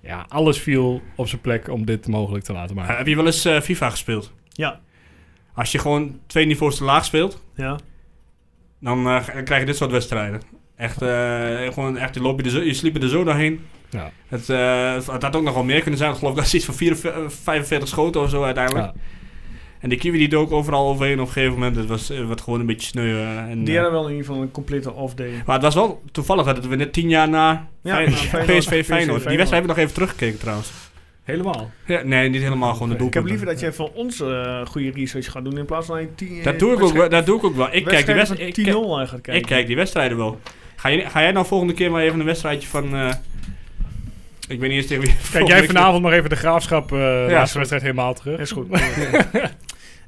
Speaker 3: Ja, alles viel op zijn plek om dit mogelijk te laten maken.
Speaker 2: heb je wel eens eh, FIFA gespeeld?
Speaker 1: Ja.
Speaker 2: Als je gewoon twee niveaus te laag speelt,
Speaker 1: Ja.
Speaker 2: dan eh, ga- krijg je dit soort wedstrijden. Echt, eh, gewoon echt, je, loop je, er zo, je sliep er zo doorheen.
Speaker 3: Ja.
Speaker 2: Het, eh, het had ook nog wel meer kunnen zijn. Ik geloof dat is iets van 44, eh, 45 schoten of zo uiteindelijk.
Speaker 3: Ja.
Speaker 2: En die kiwi die dook overal overheen op een gegeven moment. Het was eh, wat gewoon een beetje sneu. eh, en,
Speaker 1: Die
Speaker 2: eh,
Speaker 1: hadden wel in ieder geval een complete off-day.
Speaker 2: Maar het was wel toevallig dat we net tien jaar na
Speaker 1: Ja,
Speaker 2: Fijn-
Speaker 1: na Feyenoord,
Speaker 2: PSV Feyenoord. Die wedstrijd hebben we nog even teruggekeken trouwens.
Speaker 3: Helemaal.
Speaker 2: Ja, nee, niet helemaal gewoon de
Speaker 1: Ik heb
Speaker 2: doelpunten.
Speaker 1: liever dat jij van ons eh, goede research gaat doen in plaats van een 10
Speaker 2: Dat doe ik ook wel. Dat doe ik ook wel. Ik kijk die wedstrijd. Ik,
Speaker 1: wedstrijd. 10-0
Speaker 2: kijk-
Speaker 1: aan eh, gaat kijken.
Speaker 2: ik kijk die wedstrijden wel. Ga, je, ga jij nou volgende keer maar even een wedstrijdje van. eh, ik weet niet eens tegen wie.
Speaker 3: Kijk
Speaker 2: volgende
Speaker 3: jij
Speaker 2: week-
Speaker 3: vanavond maar even de graafschap eh laatste
Speaker 2: goed.
Speaker 3: wedstrijd helemaal terug.
Speaker 1: Is goed.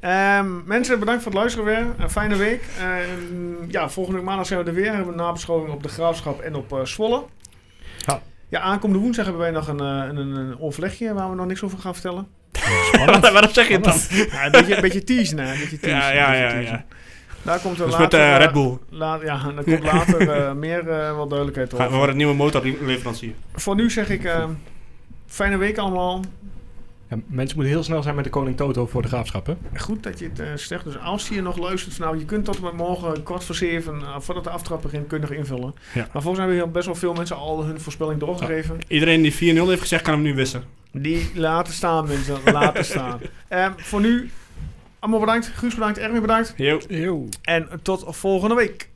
Speaker 1: Ehm, mensen, bedankt voor het luisteren weer. Een fijne week. Ehm, ja, volgende week maandag zijn we er weer. We hebben een nabeschouwing op de Graafschap en op eh, Zwolle.
Speaker 3: Ja.
Speaker 1: Ja, aankomende woensdag hebben wij nog een, eh, een, een, een overlegje waar we nog niks over gaan vertellen.
Speaker 2: Wat- Waarom zeg je het dan?
Speaker 1: Ja, een, beetje, een beetje teasen, hè? Een beetje teasen,
Speaker 2: Ja, ja,
Speaker 1: een
Speaker 2: ja.
Speaker 1: beetje
Speaker 2: ja.
Speaker 1: teasen. Daar komt er
Speaker 2: Dus met
Speaker 1: later...
Speaker 2: eh,
Speaker 1: eh,
Speaker 2: Red Bull.
Speaker 1: la- ja, daar komt later eh, meer eh, wel duidelijkheid
Speaker 2: Gaan we
Speaker 1: over.
Speaker 2: worden een nieuwe motorleverancier.
Speaker 1: Voor nu zeg ik... ehm, fijne week allemaal.
Speaker 3: Ja, mensen moeten heel snel zijn met de koning Toto voor de graafschap, hè?
Speaker 1: Goed dat je het eh, zegt. Dus als je nog luistert, nou, je kunt tot en met morgen kwart voor zeven, eh, voordat de aftrap begint, kun je nog invullen.
Speaker 2: Ja.
Speaker 1: Maar volgens mij hebben best wel veel mensen al hun voorspelling doorgegeven.
Speaker 2: Iedereen die 4-0 heeft gezegd, kan hem nu wissen.
Speaker 1: Die laten staan, mensen. laten staan. Ehm, voor nu, allemaal bedankt. Guus bedankt, Erwin bedankt.
Speaker 2: Yo.
Speaker 1: En tot volgende week.